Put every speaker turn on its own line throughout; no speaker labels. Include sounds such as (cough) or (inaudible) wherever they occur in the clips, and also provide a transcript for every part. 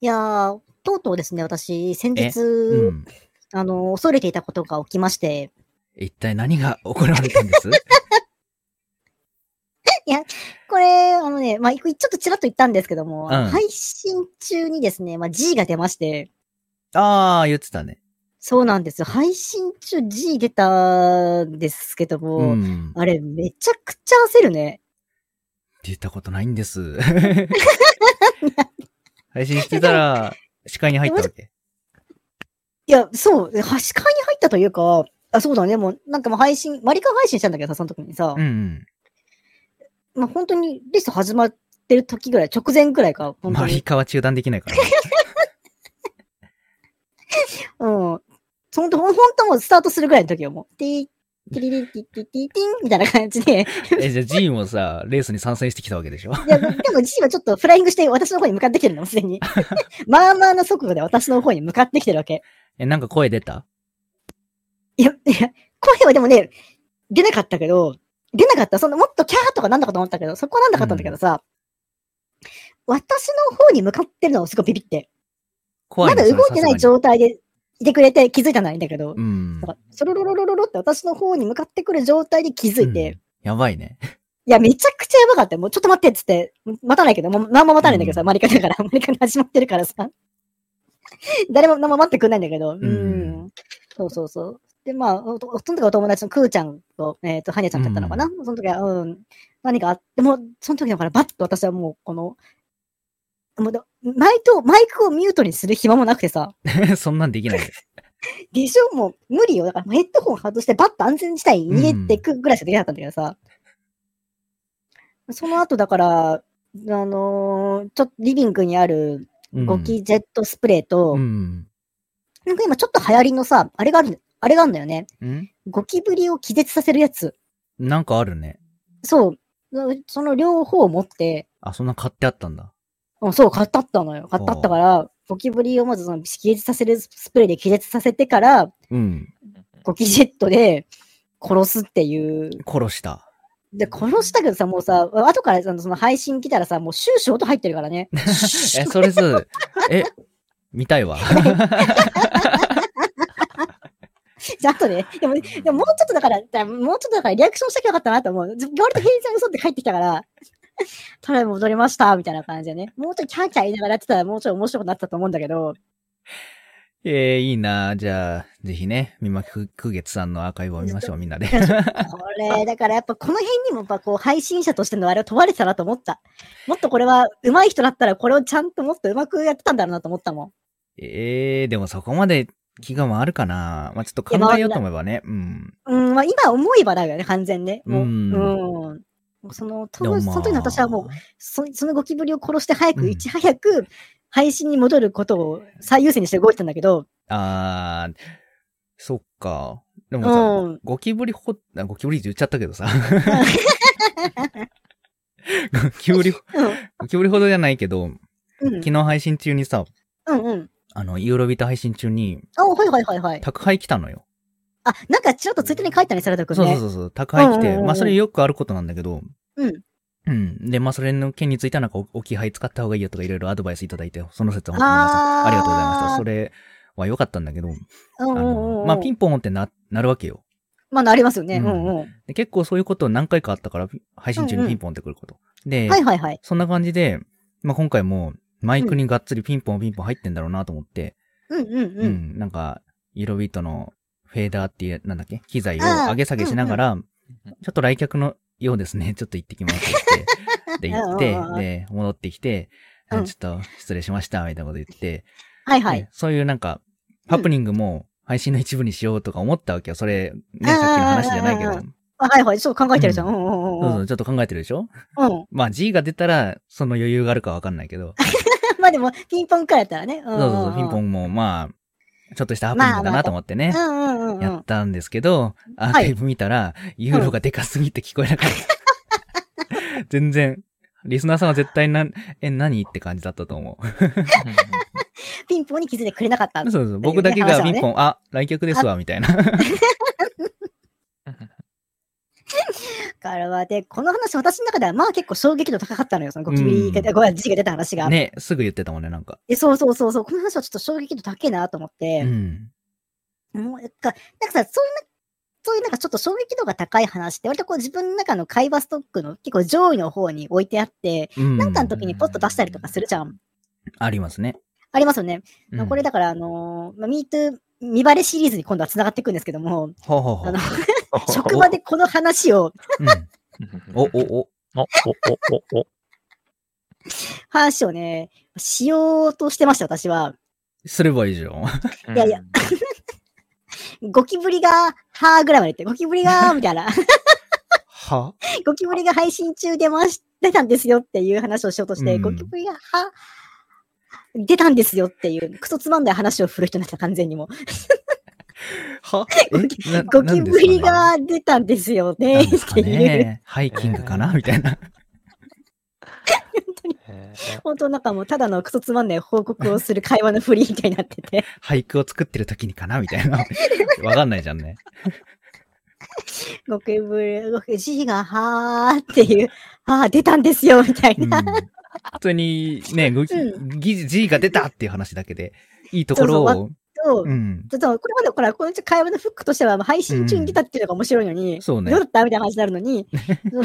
いやー、とうとうですね、私、先
え
日、
うん。
あの、恐れていたことが起きまして、
一体何が行われたんです
(laughs) これ、あのね、まあ、いちょっとちらっと言ったんですけども、
うん
配信中にですね、まあ、G が出まして、
ああ、言ってたね。
そうなんですよ。配信中 G 出たんですけども、
うん。
あれ、めちゃくちゃ焦るね。
出たことないん
(laughs)
です。配信してたら、視界に入ったわけ。
いや、そう、は視界に入ったというか、あそうだね、もう、なんかもう配信、マリカン配信したんだけどさ、その時にさ、
うんうん。
まあ、本当にリスト始まってる時ぐらい、直前ぐらいか、本当
マ
に
リ。カは中断できないからね。
うん。本当、本当もうスタートするぐらいの時よ、もう。ティー、ティリリンティッティッティッティンみたいな感じで。 (laughs)
え、じゃあジーンもさ、レースに参戦してきたわけでしょ
いやでも、ジーはちょっとフライングして私の方に向かってきてるの、すでに。 (laughs) まあまあの速度で私の方に向かってきてるわけ。
え、なんか声出た
いや、いや、声はでもね、出なかったけど、出なかった。そのもっとキャーとかなんだかと思ったけど、そこはなんだかったんだけどさ、私の方に向かってるのをすごいビビって。
怖
ま
いね
だ動いてない。状態でいてくれて気づいたのはいいんだけど
それはさすがにう、ん
だ。からそろろろろろろって私の方に向かってくる状態で気づいて、
うんやばいね。 (laughs)
いや、めちゃくちゃやばかったよ。もうちょっと待ってっつって、待たないけど、もう何も待たないんだけどさ、
うん
マリカだから、 (laughs) マリカで始まってるからさ。誰も何も待ってくんないんだけど、うん。
うん
そうそうそう。で、まあ、おとその時お友達のクーちゃんと、えっ、と、ハニャちゃんだったのかな、その時は、うん。何かあって、もう、その時だから、バッと私はもう、この、もうだ、マイと、マイクをミュートにする暇もなくてさ、
そんなんできないです。
でしょもう、無理よ。だから、ヘッドホン外して、バッと安全地帯に逃げてくぐらいしかできなかったんだけどさ。その後、だから、あのーちょっとリビングにある
うん
ゴキジェットスプレーと、
うん。
なんか今ちょっと流行りのさ、あれがあるん、あれがあるんだよね。
ん
ゴキブリを気絶させるやつ。
なんかあるね。
そう。その両方を持って、
あ、そんな買ってあったんだ。
うんそう、買ったったのよ。買ったったから、ゴキブリをまずその気絶させるスプレーで気絶させてから、
うん。
ゴキジェットで殺すっていう
殺した。
で、殺したけどさ、もうさ、後からそのその配信来たらさ、もう終始音入ってるからね。
え、それず、え、見たいわ。 (laughs)
じゃあ、後で、でも、でももうちょっとだから、だもうちょっとだからリアクションしたきゃよかったなと思う。ず割と平然嘘って帰ってきたから、 (laughs) ただ戻りました、みたいな感じでね。もうちょいキャーキャー言いながらやってたら、もうちょい面白くなってたと思うんだけど、
えー、いいなじゃあ、ぜひね、みまく、くげつさんのアーカイブを見ましょう、みんな
(laughs)
で。
これ、だからやっぱこの辺にも、やっぱこう、配信者としてのあれを問われてたなと思った。もっとこれは、上手い人だったら、これをちゃんともっと上手くやってたんだろうなと思ったもん。
えー、でもそこまで気が回るかなまあ、ちょっと考えようと思えばね。うん。
うん、まあ今思えばだよね、完全ね。もう、
う
うんん。もうその、多分、その時の私はもう、そそのゴキブリを殺して早く、
うん
いち早く配信に戻ることを最優先にして動いてたんだけ
(laughs)
ど、
あー、そっか。でもさ、
うん。
ゴキブリほ、あゴキブリって言っちゃったけどさ。 (laughs) ゴキブリ、ゴキブリほどじゃないけど、
うん。
昨日配信中にさ、
うんうん。
あの、ユーロビート配信中に、
あ、はいはいはいはい。
宅配来たのよ。
あ、なんかちらっとツイッターに書いたね、サラダ君
そう
ね。
そうそうそう、宅配来
うんうん
て、
うんうん
まあそれよくあることなんだけど、
うん。
うん。で、まあ、それの件については、なんか、お置き配使った方がいいよとか、いろいろアドバイスいただいて、その説は本当に皆さん
あー
ありがとうございました。それは良かったんだけど、
う
あ
んうんう
の、
ん。
まあ、ピンポンってな、なるわけよ。
まあ、ありますよね。う
う
んんうん。
で結構そういうこと何回かあったから、配信中
うんう
に
ん
ピンポンってくること。で、
はいはいはい。
そんな感じで、まあ、今回も、マイクにがっつりピンポンピンポン入ってんだろうなと思って、
うんうん
う、
うんん。
なんか、イロビットのフェーダーっていう、なんだっけ機材を
あー
上げ下げしながら、ちょっと来客のようですね、ちょっと行ってきますって言
(laughs)
って、で、
うんう
行
んう
っ
ん
て、で、戻ってきて、あ
うん
ちょっと失礼しました、みたいなこと言って、
はいはい
で。そういうなんか、ハプニングも配信の一部にしようとか思ったわけよ。それ、ね、さっきの話じゃないけど
うんうんう、あはいはい。そう考えてるじゃん。うんうんう
そう
ん
そ
うん。
う、ちょっと考えてるでしょ
うん。 (laughs)
まあ G が出たら、その余裕があるかわかんないけど、
まあでも、ピンポンくらいやったらね。そ
そうそうそう、ピンポ
ン。
ンもまあ、ちょっとしたハプニングだなと思ってね
う。んうんうんう
やっ
ん。
たんですけど、アーカイブ見たら、ユーロがでかすぎて聞こえなかった。全然、リスナーさんは絶対なん、え、何って感じだったと思う。
ピンポンに気づいてくれなかった。
そうそう、僕だけがピンポン、あ、来客ですわ、みたいな。
からは、で、この話、私の中では、まあ結構衝撃度高かったのよ、そのゴキブリが、ごめん字が出た話が。
ね、すぐ言ってたもんね、なんか。
えそうそうそうそう、この話はちょっと衝撃度高いなと思っ
う
て、
ん。
もう、なんか、なんかさ、そういうな、そういうなんかちょっと衝撃度が高い話って、割とこう自分の中の会話ストックの結構上位の方に置いてあって、な
な
んかの時にポッと出したりとかするじゃん。
ありますね。
ありますよね。
うん
これだから、あのーまあ、MeToo 見バレシリーズに今度は繋がっていくんですけども、
(laughs) ほうほうほ
あ
う
の。職場でこの話を、
うんお、お、お。
お、お、お、お、お。
話をね、しようとしてました、私は。
すればいいじゃん。
いやいや
うん。
ゴキブリが、はーぐらいまで言って、ゴキブリがー、みたい
(laughs)
な。
は
ゴキブリが配信中出まし、出たんですよっていう話をしようとして、
うん
ゴキブリが、は、出たんですよっていう、クソつまんない話を振る人になった、完全にもう。
は
ゴキブリ、が出たんですよ
え
ね、
なんです
っ
か
て
ねなんですか
いう。
ねハイキングかなみたいな。
へ
(laughs) 本当なんかもうただのクソつまんない報告をする会話のフリーみたいになって
(laughs)
て。
俳句を作ってる時にかなみた
(laughs)
いな。わかんないじゃんね。
ゴキブリ、ゴキジが、はーっていう、あー出たんですよ、みたい
うん
な。
普通にね、ご
(laughs)
き
う
ぎ G が出たっていう話だけで、いいところ
そうそ
を、
と
うん。
ちょっとこれまで、ほら、この会話のフックとしては、まあ配信中に出たっていうのが面白いのに、
んそうね
どうだったみたいな話になるのに、 (laughs) その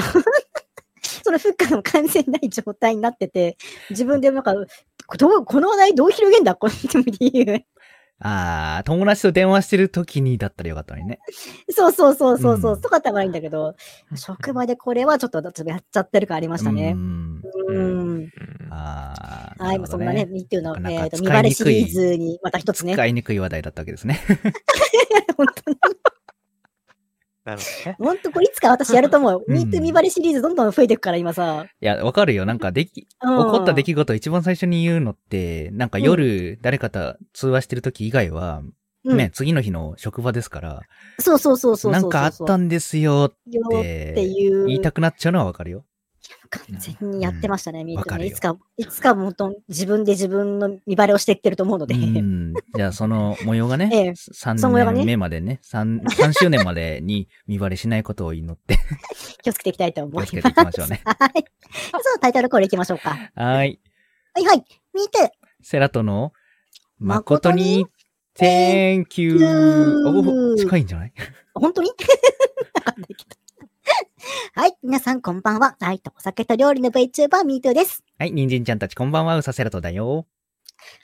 そのフックが完全ない状態になってて、自分でなんか、どうこの話題どう広げんだこの理由。
ああ、友達と電話してる時にだったらよかったのにね。
そうそうそうそうそう、
うん
とかったらいいんだけど、職場でこれはちょっと私もやっちゃってる感ありました
う
ね。
ん。
うん。
うん
ああ。
はい、
るほ
そ
ど
んなね、ミートゥーの、
なかなか
えっ、と、見
使
バ
い
レ
に
シ
くい
リーズに、また一つね。
使いにくい話題だったわけですね。 (laughs)
本当に。
なるほど
(laughs)
ね。
本当、これいつか私やると思う。
うん
ミートゥー見バレシリーズどんどん増えていくから、今さ。
いや、わかるよ。なんか、でき、
う
起
ん
こった出来事を一番最初に言うのって、なんか夜、誰かと通話してる時以外は、
うん
ね、次の日の職場ですから、
そうそうそうそうそうそう。
なんかあったんですよ
よ
っ
ーって
て、
いう。
言いたくなっちゃうのはわかるよ。
完全にやってましたね、ミー
わ
トゥ
か
ー
る
ね。
よ
いつか、いつかもっと自分で自分の見バレをしていってると思うの
う
で。
ん。じゃあ、その模様がね、
(laughs) ええその模様が
3
ね
年目までね、3、3周年までに見バレしないことを祈って、
気をつけていきたいと思います。
気をつけていきましょ
(laughs)
うね
はい。そのタイトルコールいきましょうか。は
はーい。
いはい。ミートゥー
セラトの、
誠
誠
に
に、Thank you!
you
お近いんじゃない
本当に (laughs) わかんないけどはい。皆さん、こんばんは。愛とお酒と料理の VTuber、ミートゥーです。
はい、人参ちゃんたちこんばんは、うさセラトだよ。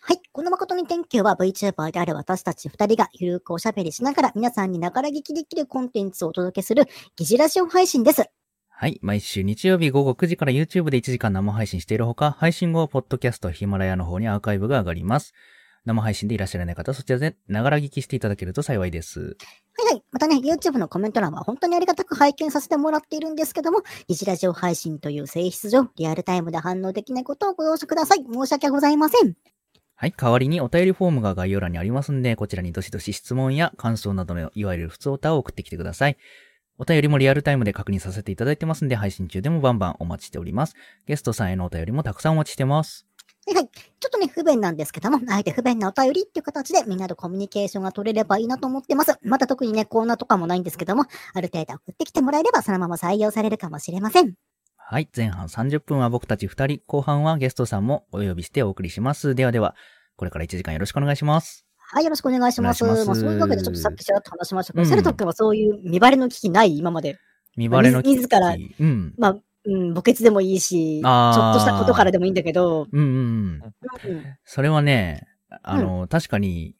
はい。この誠に天気は VTuber である私たち二人がゆるくおしゃべりしながら皆さんにながら聞きできるコンテンツをお届けする疑似ラジオ配信です。
はい。毎週日曜日午後9時から YouTube で1時間生配信しているほか、配信後はポッドキャスト、ヒマラヤの方にアーカイブが上がります。生配信でいらっしゃらない方、そちらで、ながら聞きしていただけると幸いです。
はいはい。またね、YouTube のコメント欄は本当にありがたく拝見させてもらっているんですけども、疑似ラジオ配信という性質上、リアルタイムで反応できないことをご容赦ください。申し訳ございません。
はい。代わりにお便りフォームが概要欄にありますんで、こちらにどしどし質問や感想などの、いわゆる普通歌を送ってきてください。お便りもリアルタイムで確認させていただいてますんで、配信中でもバンバンお待ちしております。ゲストさんへのお便りもたくさんお待ちしてます。
はいはい。ちょっとね、不便なんですけども、あえて不便なお便りっていう形でみんなとコミュニケーションが取れればいいなと思ってます。また特にね、コーナーとかもないんですけども、ある程度送ってきてもらえればそのまま採用されるかもしれません。
はい。前半30分は僕たち2人、後半はゲストさんもお呼びしてお送りします。ではでは、これから1時間よろしくお願いします。
はい、よろしくお願いします。
お願いします
まあ、そういうわけで、ちょっとさっきちらっと話しましたけど、
うん
セルト君はそういう見バレの危機ない、今まで。
見バレの
み自ら
うん。
まあ、うん、墓穴でもいいし、ちょ
あー
っとしたことからでもいいんだけど、
うんうんうん。
うん
それはね、あの、確かに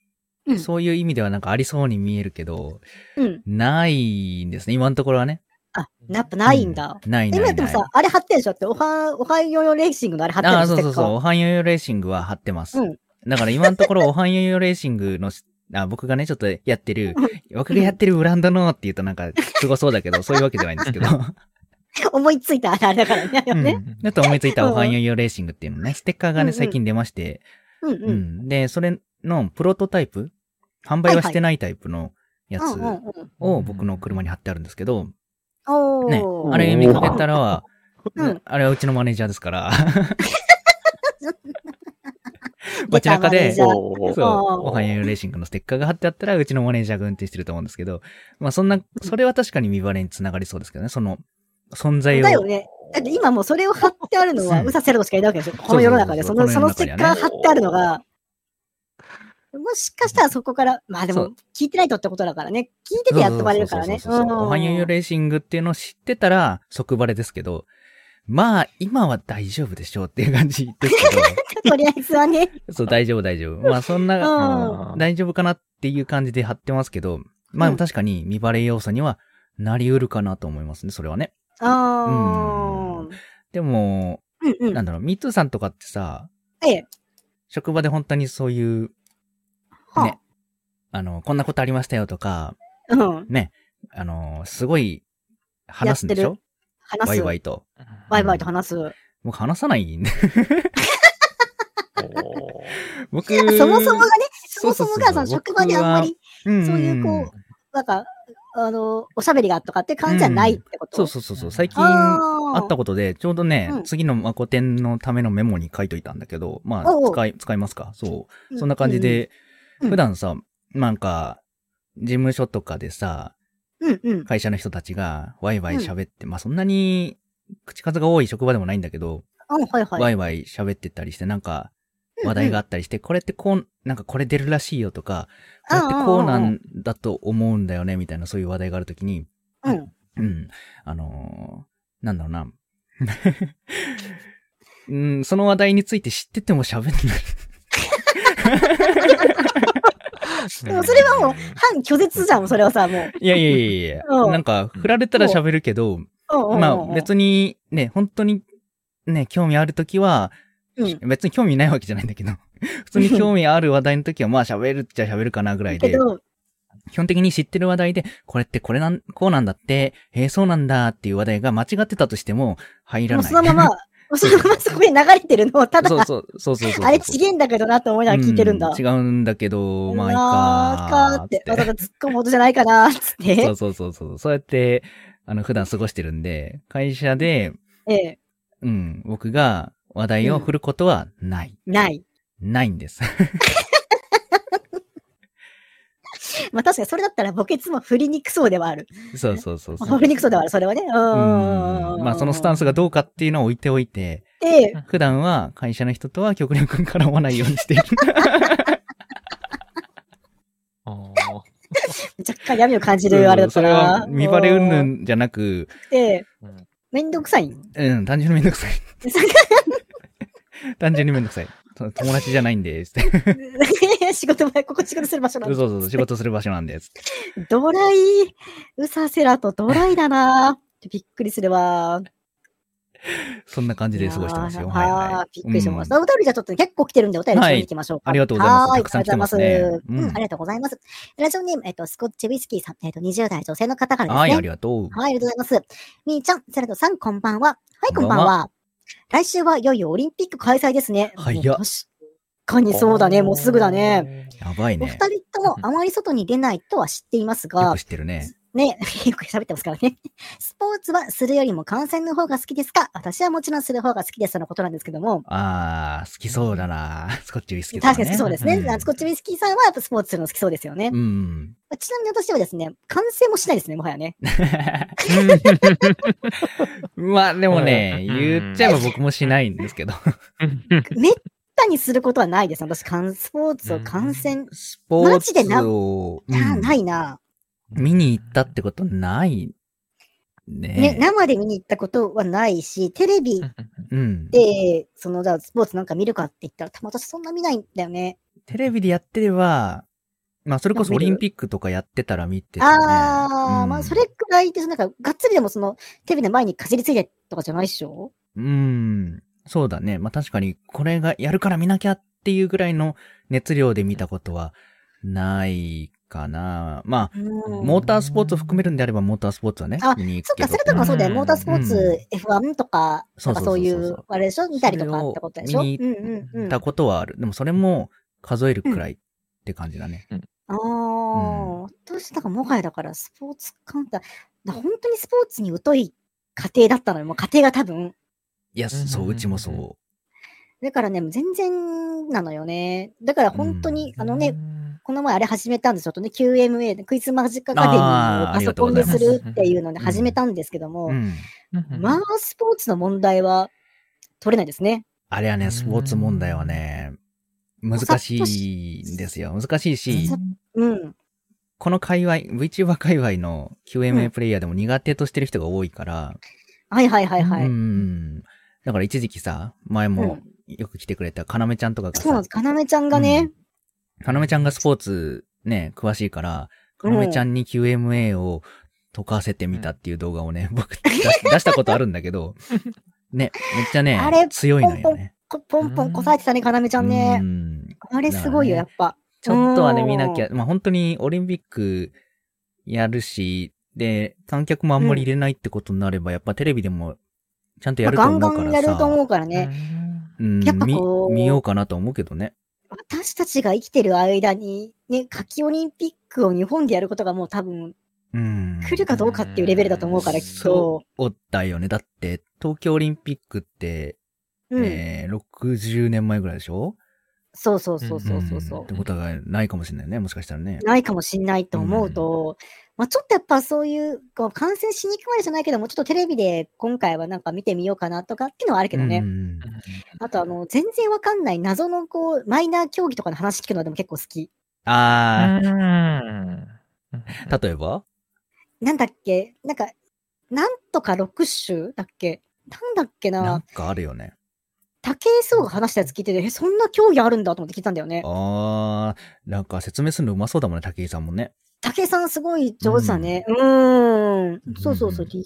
うん、
そういう意味ではなんかありそうに見えるけど、
うん。
ないんですね。今のところはね。
あ、やっぱないんだ。
う。ないな
今や
い
って
な
も
い。
さ、あれ貼ってるでしょだって、おは、おはよよレーシングのあれ貼ってる
あ
で
あ、
しょ
そうそうそう。
ス
おはんよよレーシングは貼ってます。
うん
だから今のところ、おはんよよレーシングのし、 (laughs) あ僕がね、ちょっとやってる、僕がやってるブランドのって言うとなんか、すごそうだ
(laughs)
けど、そういうわけじゃないんですけど。
テッカー思いついたあれだからね。あれはね
うんちょっと思いついたおはんよよレーシングっていうのね、ステッカーが
うんう
ね、
ん
最近出まして、
うん
う
うん。
ん。で、それのプロトタイプ販売はしてないタイプのや
うんうん
つ
うん。
を僕の車に貼ってあるんですけど、
お
ね
ー。、
あれ見かけたら、
うん
あれはうちのマネージャーですから。街中で
出たマネージャー
おーおー
そう、
おー
おはようレーシングのステッカーが貼ってあったら、うちのマネージャーが運転してると思うんですけど、まあそんな、それは確かに見バレにつながりそうですけどね、その、存在を。
だよね。だって今もうそれを貼ってあるのは、
うん
うさせるのしかいないわけでしょ。この世の中で。
そ
そう
そう
の、
そう
そ
この世の
の
中
ステ
に
ッカ
はね
ー貼ってあるのが、もしかしたらそこから、まあで
そ
も
う、
聞いてないとってことだからね。聞いててやっとバレるからね。
そうそうそうそうそうおはようレーシングっていうのを知ってたら、即バレですけど、まあ、今は大丈夫でしょうっていう感じですけ
(laughs) うんとりあえずはね。
ど、そう、大丈夫、大丈夫。まあ、そんな、
あー
大丈夫かなっていう感じで貼ってますけど、まあ、でも確かに見バレ要素にはなり得るかなと思いますね、それはね。
あー
でも、
うんう
な
ん。
んだろう、ミートゥーさんとかってさ、
ええ。
職場で本当にそういう、
は
ね、あの、こんなことありましたよとか、
あうん。
ね、あの、すごい話すんでし
やっ
ょ
話す。
ワイワイと。
ワイワイと話す。
僕話さない
(laughs)
んで。
おー
僕、
そもそもがね、そ
そ
もそう
うそそ
も
う
がその職場にあんまり、
そう
そういうこう、なんか、あの、おしゃべりがとかって感じじゃないってこと
そうそうそうそう、最近あ
あ
った
こ
ことで、ちょうどね、
うん
次のまこてんのためのメモに書いといたんだけど、ま
おうおう
あ、使い、使いますか。そう。
と
そんな感じ、で、
うん
普、段さ、なんか、事務所とかでさ、
うんうん。
会社の人たちがワイワイ喋って、まあそんなに口数が多い職場でもないんだけど、
うん、はいはい。
ワイワイ喋ってたりして、なんか
うんうん
話題があったりして、これってこう、なんかこれ出るらしいよとか、これってこうなんだと思うんだよね、みたいなそういう話題があるときに、
うん。
うん。あのーなんだろうな。 (laughs) うん、その話題について知ってても喋ん
(laughs)
ない。
でもそれはもう、反拒絶じゃん、それはさ、もう。
いやいやいやいや、
うん
なんか、振られたら喋るけど、
うんうんうん
まあ別に、ね、本当に、ね、興味あるときは、
うん。
別に興味ないわけじゃないんだけど、普通に興味ある話題のときは、まあ喋るっちゃ喋るかなぐらい
け
で、
ど、
基本的に知ってる話題で、これってこれなん、こうなんだって、へえ、そうなんだっていう話題が間違ってたとしても、入ら
もう
ない。
そのまま、もうそのままそこに流れてるのを、ただ、
(laughs) そうそう、そうそうそうそう。
あれちげえんだけどなと思いながら聞いてるんだ。
う違うんだけど、まあいいか
なーかーって、わざわざ突っ込むことじゃないかなーっつって。
そうそうそうそう。そうやって、あの、普段過ごしてるんで、会社で、
ええ、
うん、僕が話題を振ることはない。
ない。
ない
(laughs)
んです。
まあ確かにそれだったら墓穴も振りにくそうではある。
そうそうそうそう。
振りにくそうではある、それはね。う
うん
ん。
まあそのスタン
ス。
スがどうかっていうのは置いておいて、
ええ、
普段は会社の人とは極力絡まないようにしている。
あー
若干闇を感じるあれだった
それ
な
は。見バレうんぬ
うん
じゃなく、
ん。ええ、
うん
めん (laughs) どくさい。
うん、単純にめんどくさい。 (laughs) 単純にめんどくさい。と友達じゃないんです。
(laughs) 仕事前、ここ仕事する場所なん
そう
だ。
そうそう、仕事する場所なんです。
ドライ、ウサセラとドライだな。びっくりするわ。
そんな感じで過ごしてます
い
よ。
やー
はいは
あ
い
ー。びっくりしました。
うん
お便りじゃちょっと結構来てるんで、お便り
は
一
い
緒に行きましょうか。
ありがとうございます
はー
たくさん来てますね
ありがとうございます
うん
うんありがとうございます。ラジオネーム、えっと、スコッチウィスキーさん、えっと、20代女性の方からですね。
はい、ありがとう。
はい、ありがとうございます。みーちゃん、セラトさん、こんばんは。はい、こ
こん
ん
ば
ば
ん
ん
は
は。来週はいよいよオリンピック開催ですね。
早っ
もう確かにそうだね、もうすぐだね。。
やばい
お
ね
二。人ともあまり外に出ないとは知っています
よ
が
く、知ってるね。
ね、 (laughs) よく喋ってますからね。スポーツはするよりも観戦の方が好きですか私はもちろんする方が好きですとのことなんですけども、
あー、好きそうだな。 (laughs) スコッチウイスキーと
確かに好きそうですね。
ん
スコッチウィスキーさんはやっぱスポーツするの好きそうですよね。
うん
ちなみに私はですね、観戦もしないですね、もはやね。
まあでもね、
うん
言っちゃえば僕もしないんで
(laughs)
すけど。
めったにすることはないです。私、観スポーツを観戦、
スポーツを、
あー
うん
ないな。
見に行ったってことない
ね、
ね。
生で見に行ったことはないし、テレビ
うん。
で、その、じゃあスポーツなんか見るかって言ったら、たま私そんな見ないんだよね。
テレビでやってれば、まあそれこそ
ま
オ
あ見
リ
る
ンピックとかやってたら見てたね。
あー、
うん
まあ、それくらいです。なんか、がっつりでもその、テレビの前にかじりついてとかじゃないでしょ
うーん。そうだね。まあ確かに、これがやるから見なきゃっていうぐらいの熱量で見たことはないかな。まあ、
うん
モータースポーツを含めるんであれば、モータースポーツはね、
あ
見に行
そっ
くけ
か、
ど。
それとかそうだよ、モータースポーツ、F1 とか、
そ
な
う
かそ
んそうそ
う
う
い
そう
う、あれでしょ見たりとかってことでしょ
そ
うん
れを
う
見
んうん。
た
あ
ことはある。でもそれも数えるくらいって感じだね。
あー、私なんかもはやだから、スポーツカウンター、だ本当にスポーツに疎い家庭だったのよ。もう家庭が多分、
いや、そう、うちもそう。
だからね、もう全然なのよね。だから本当に、あのね、この前あれ始めたんですよ、ちょっとね、QMA で、クイズマジックアカデミー
あ
を
ー
パソコンにするっていうので
ありがとうございます
始めたんですけども、
うん。
うん
まあ、スポーツの問題は取れないですね。
あれはね、スポーツ問題はね、難しいんですよ。難しいし、
うん。
この界隈、VTuber 界隈の
う
QMA
ん
プレイヤーでも苦手としてる人が多いから、
はいはいはいはい。
うん。だから一時期さ、前もよく来てくれたかなめちゃんとかが
そうなん
さ
です。、かなめちゃんがね、
かなめちゃんがスポーツね、詳しいから、かなめちゃんに QMA を解かせてみたっていう動画をね、 (laughs) 僕出し出したことあるんだけど、ね、めっちゃね
あれ、
強いのよね。
こポンポンこさえてたね、かなめちゃんね
う。ん
あれすごいよ、や
だ
っぱ。
ちょっとはね、
うん
見なきゃ、まあ、本当にオリンピックやるし、で、観客もあんまり入れないってことになれば、やっぱテレビでもちゃんとやると
ガ
思
ン
うか
ガ
らさ。
ンやると思うからね。
うん
やっぱ
み
こう
見ようかなと思うけどね。
私たちが生きてる間に、ね、夏季オリンピックを日本でやることがもう多分
うん。
来るかどうかっていうレベルだと思うから、きっと
そ。おったよね。だって、東京オリンピックって、
うん。
えー、60年前ぐらいでしょ
そうそうそうそうそうそ
っ
う
て。ことがないかもしれないね。もしかしたらね。
ないかもしんないと思うと、まあちょっとやっぱそういう、こう感染しに行くまでじゃないけども、ちょっとテレビで今回はなんか見てみようかなとかっていうのはあるけど
う
ね。
ん
あとあの、全然わかんない謎のこう、マイナー競技とかの話聞くのでも結構好き。
あ
た
ー、例えば
なんだっけなんか、なんとか6種だっけなんだっけ
なん
な
かあるよね。
武井壮が話したやつ聞いてて、え、そんな競技あるんだと思って聞いたんだよね。
あー、なんか説明するのうまそうだもんね、武井さんもね。
武井さんすごい上手だね。うーん。そうそうそう。
うん
陸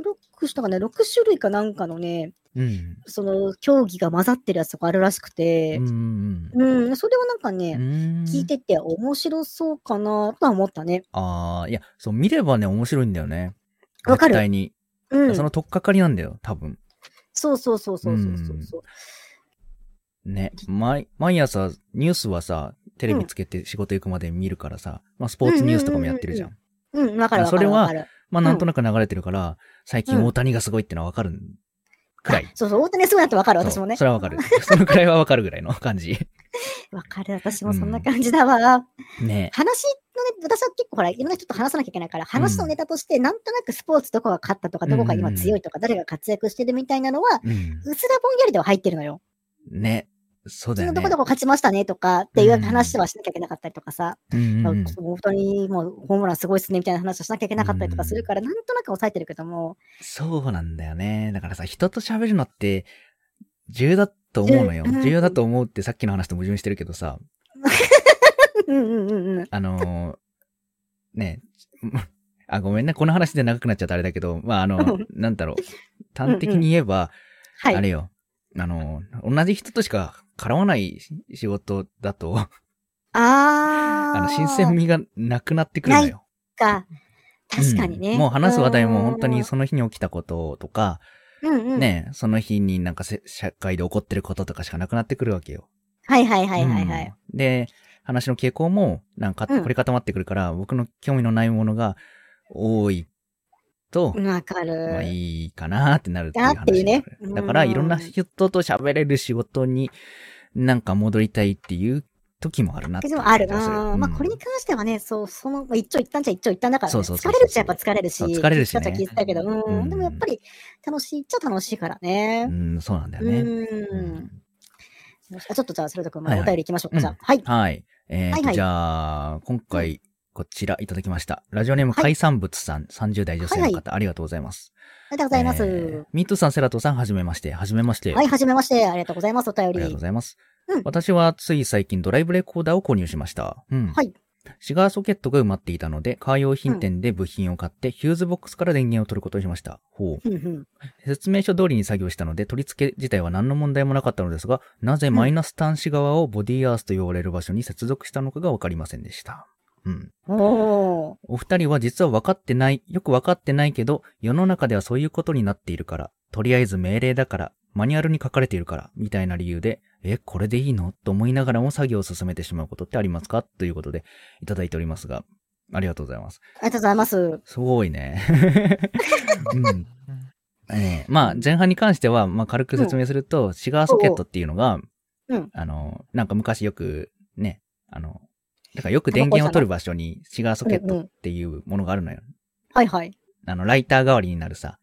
上6種とかね、6種類かなんかのね、
うん。
その競技が混ざってるやつとかあるらしく
う
て、
ん
うん、それはなんか
う
ね、
ん。
聞いてて面白そうかなとは思ったね。
ああ、いや、そう、見ればね、面白いんだよね。
わかる
絶対に。
うん。
その取っかかりなんだよ、多分。
そうそうそうそうそうそうそう。
ね。毎、毎朝、ニュースはさ、テレビつけて仕事行くまで見るからさ、まあ、スポーツニュースとかもやってるじゃん。
ううん、わかるわか
それ
る
は
わかる。
まあ、なんとなく流れてるから、最
う
近
ん
大谷がすごいってのはわかるくらい。
そうそう、大谷すごいなってわかる、
そう
私もね
そ。れはわ
(laughs)
かる。そのくらいはわかるぐらいの感じ。
わかる、私もそんな感じだわ。
ね。
話のね、私は結構ほら、いろんな人と話さなきゃいけないから、話のネタとして、なんとなくスポーツどこが勝ったとか、どこが今強いとか、誰が活躍してるみたいなのは、
うん。
うすらぼんやりでは入ってるのよ。
ね。そうだ
そ
よ
の
ね。
どこどこ勝ちましたねとかっていう話はしなきゃいけなかったりとかさ、
うんうんうん
あ本当にもうホームランすごいっすねみたいな話をしなきゃいけなかったりとかするから、なんとなく抑えてるけども、
そうなんだよね。だからさ、人と喋るのって、重要だと思うのよ。
重要うん
重要だと思うってさっきの話と矛盾してるけどさ、
うんうんうんうん。
あのー、ね、あ、ごめんね、この話で長くなっちゃったあれだけど、まあ、あの
うん、
なんだろう。端的に言えば、
はい。
あれよ、あの、同じ人としか絡まない仕事だと、
あー。
あの、新鮮味がなくなってくるのよ。
か。確かにね。
うんもう話す話題も本当にその日に起きたこととか、
うんうん。
ね、その日になんかせ社会で起こってることとかしかなくなってくるわけよ。
はいはいはいはいはい。
うんで、話の傾向も、なんか、
うん
凝り固まってくるから、僕の興味のないものが多いと、
わ、かる。
まあいいかなってなるっていう話。
だっていうね
だから、
うん
いろんな人と喋れる仕事に、なんか戻りたいっていう時もあるなっていう
でもある
気がする
な、
うん
まあこれに関してはね、そう、その、まあ、一長一短じゃ一長一短だから、ね、
そうそうそう
疲れるっちゃやっぱ疲れるし、
そう疲れるしね
聞いてたっちゃ聞いてたけど、うん、
うん
でもやっぱり楽しいっちゃ楽しいから
う
ね。
ん、そうなんだよ
う
ね。
ん。よしあちょっとじゃあ、それとくん、まあ
はい
お
はい
便り行きましょうか。じゃあ、はい。
はい。えーと
はいはい
じゃあ、今回、こちらいただきました。ラジオネーム、
はい
海産物さん、30代女性の
はい
方、
は
ありがとうございます。
ありがとうございます。
えーミートさん、セラトさん、はじめまして。はじめまして。
はい、はじめまして。ありがとうございます。お便
ありがとう
り
ご。ざいます。
うん
私はつい最近ドライブレコーダーを購入しました。うん。
はい。
シガーソケットが埋まっていたので、カー用品店で部品を買って、ヒューズボックスから電源を取ることにしました。ほう。
ふんふん
説明書通りに作業したので、取り付け自体は何の問題もなかったのですが、なぜマイナス端子側をボディアースと呼ばれる場所に接続したのかがわかりませんでした。うん。
おー。
お二人は実は分かってない、よく分かってないけど、世の中ではそういうことになっているから、とりあえず命令だから、マニュアルに書かれているから、みたいな理由で、え、これでいいのと思いながらも作業を進めてしまうことってありますかということで、いただいておりますが、ありがとうございます。
(laughs) ありがとうございます。
すごいね。うん。ね、まあ、前半に関しては、まあ、軽く説明すると、シガーソケットっていうのが、
うん
あの、なんか昔よく、ね、あの、だからよく電源を取る場所にシガーソケットっていうものがあるのよ。
はいはい。
あの、ライター代わりになるさ、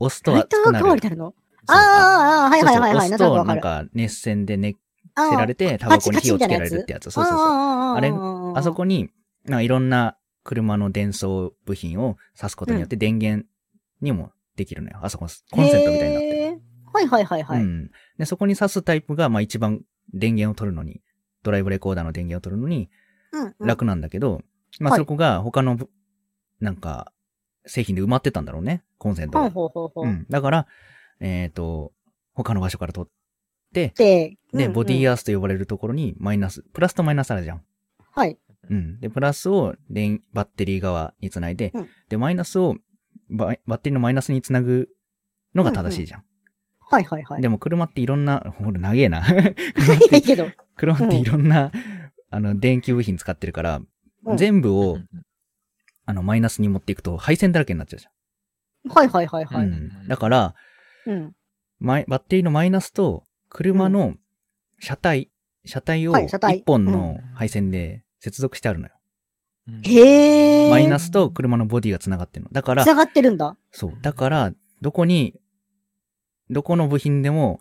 押すと
ライ
熱
タ
く
ー
な
代
る。
わりになるの
そう
あーあー、あーはいはいはい
そう
はい。
そう押す
なんとなく
と、
わ
な
か
ん
る。
か熱線で熱
あ
せら
ー
れて、タバコに火をつけられるってやつ。そうそうそう。
あ
あれ
あ
あそこに、なんかいろんな車の伝送部品を挿すことによって電源にもできるのよ。あそこ、コンセントみたいになってる。
てはいはいはいはい。
うん。で、そこに挿すタイプが、まあ一番電源を取るのに、ドライブレコーダーの電源を取るのに
うんうん
楽なんだけど、まあ
はい
そこが他のぶ、なんか、製品で埋まってたんだろうね、コンセント
ほう
が。
ほうほうほ
う
う。
ん。だから、えっ、と、他の場所から取って、
で、
で、
うんうん
ボディーアースと呼ばれるところにマイナス、プラスとマイナスあるじゃん。
はい。
うん。で、プラスを電バッテリー側につないで、
うん
で、マイナスをババッテリーのマイナスにつなぐのが正しいじゃん。
はいはいはい。
でも車っていろんな、ほら、長えな。 (laughs) 車っ
(laughs) いい
て
けど。
車っていろんな、あの、電気部品使ってるから、
うん
全部を、
うん
あの、マイナスに持っていくと配線だらけになっちゃうじ
はいはいはい
ゃん。
は
う
い。
ん。だから、
うん。
マイバッテリーのマイナスと、車の車体、車体を
はい車体
一本の配線で接続してあるのよ。
うん
へえ。
マイナスと車のボディが繋がってるの。だから、
繋がってるんだ。
そう。だから、どこに、どこの部品でも、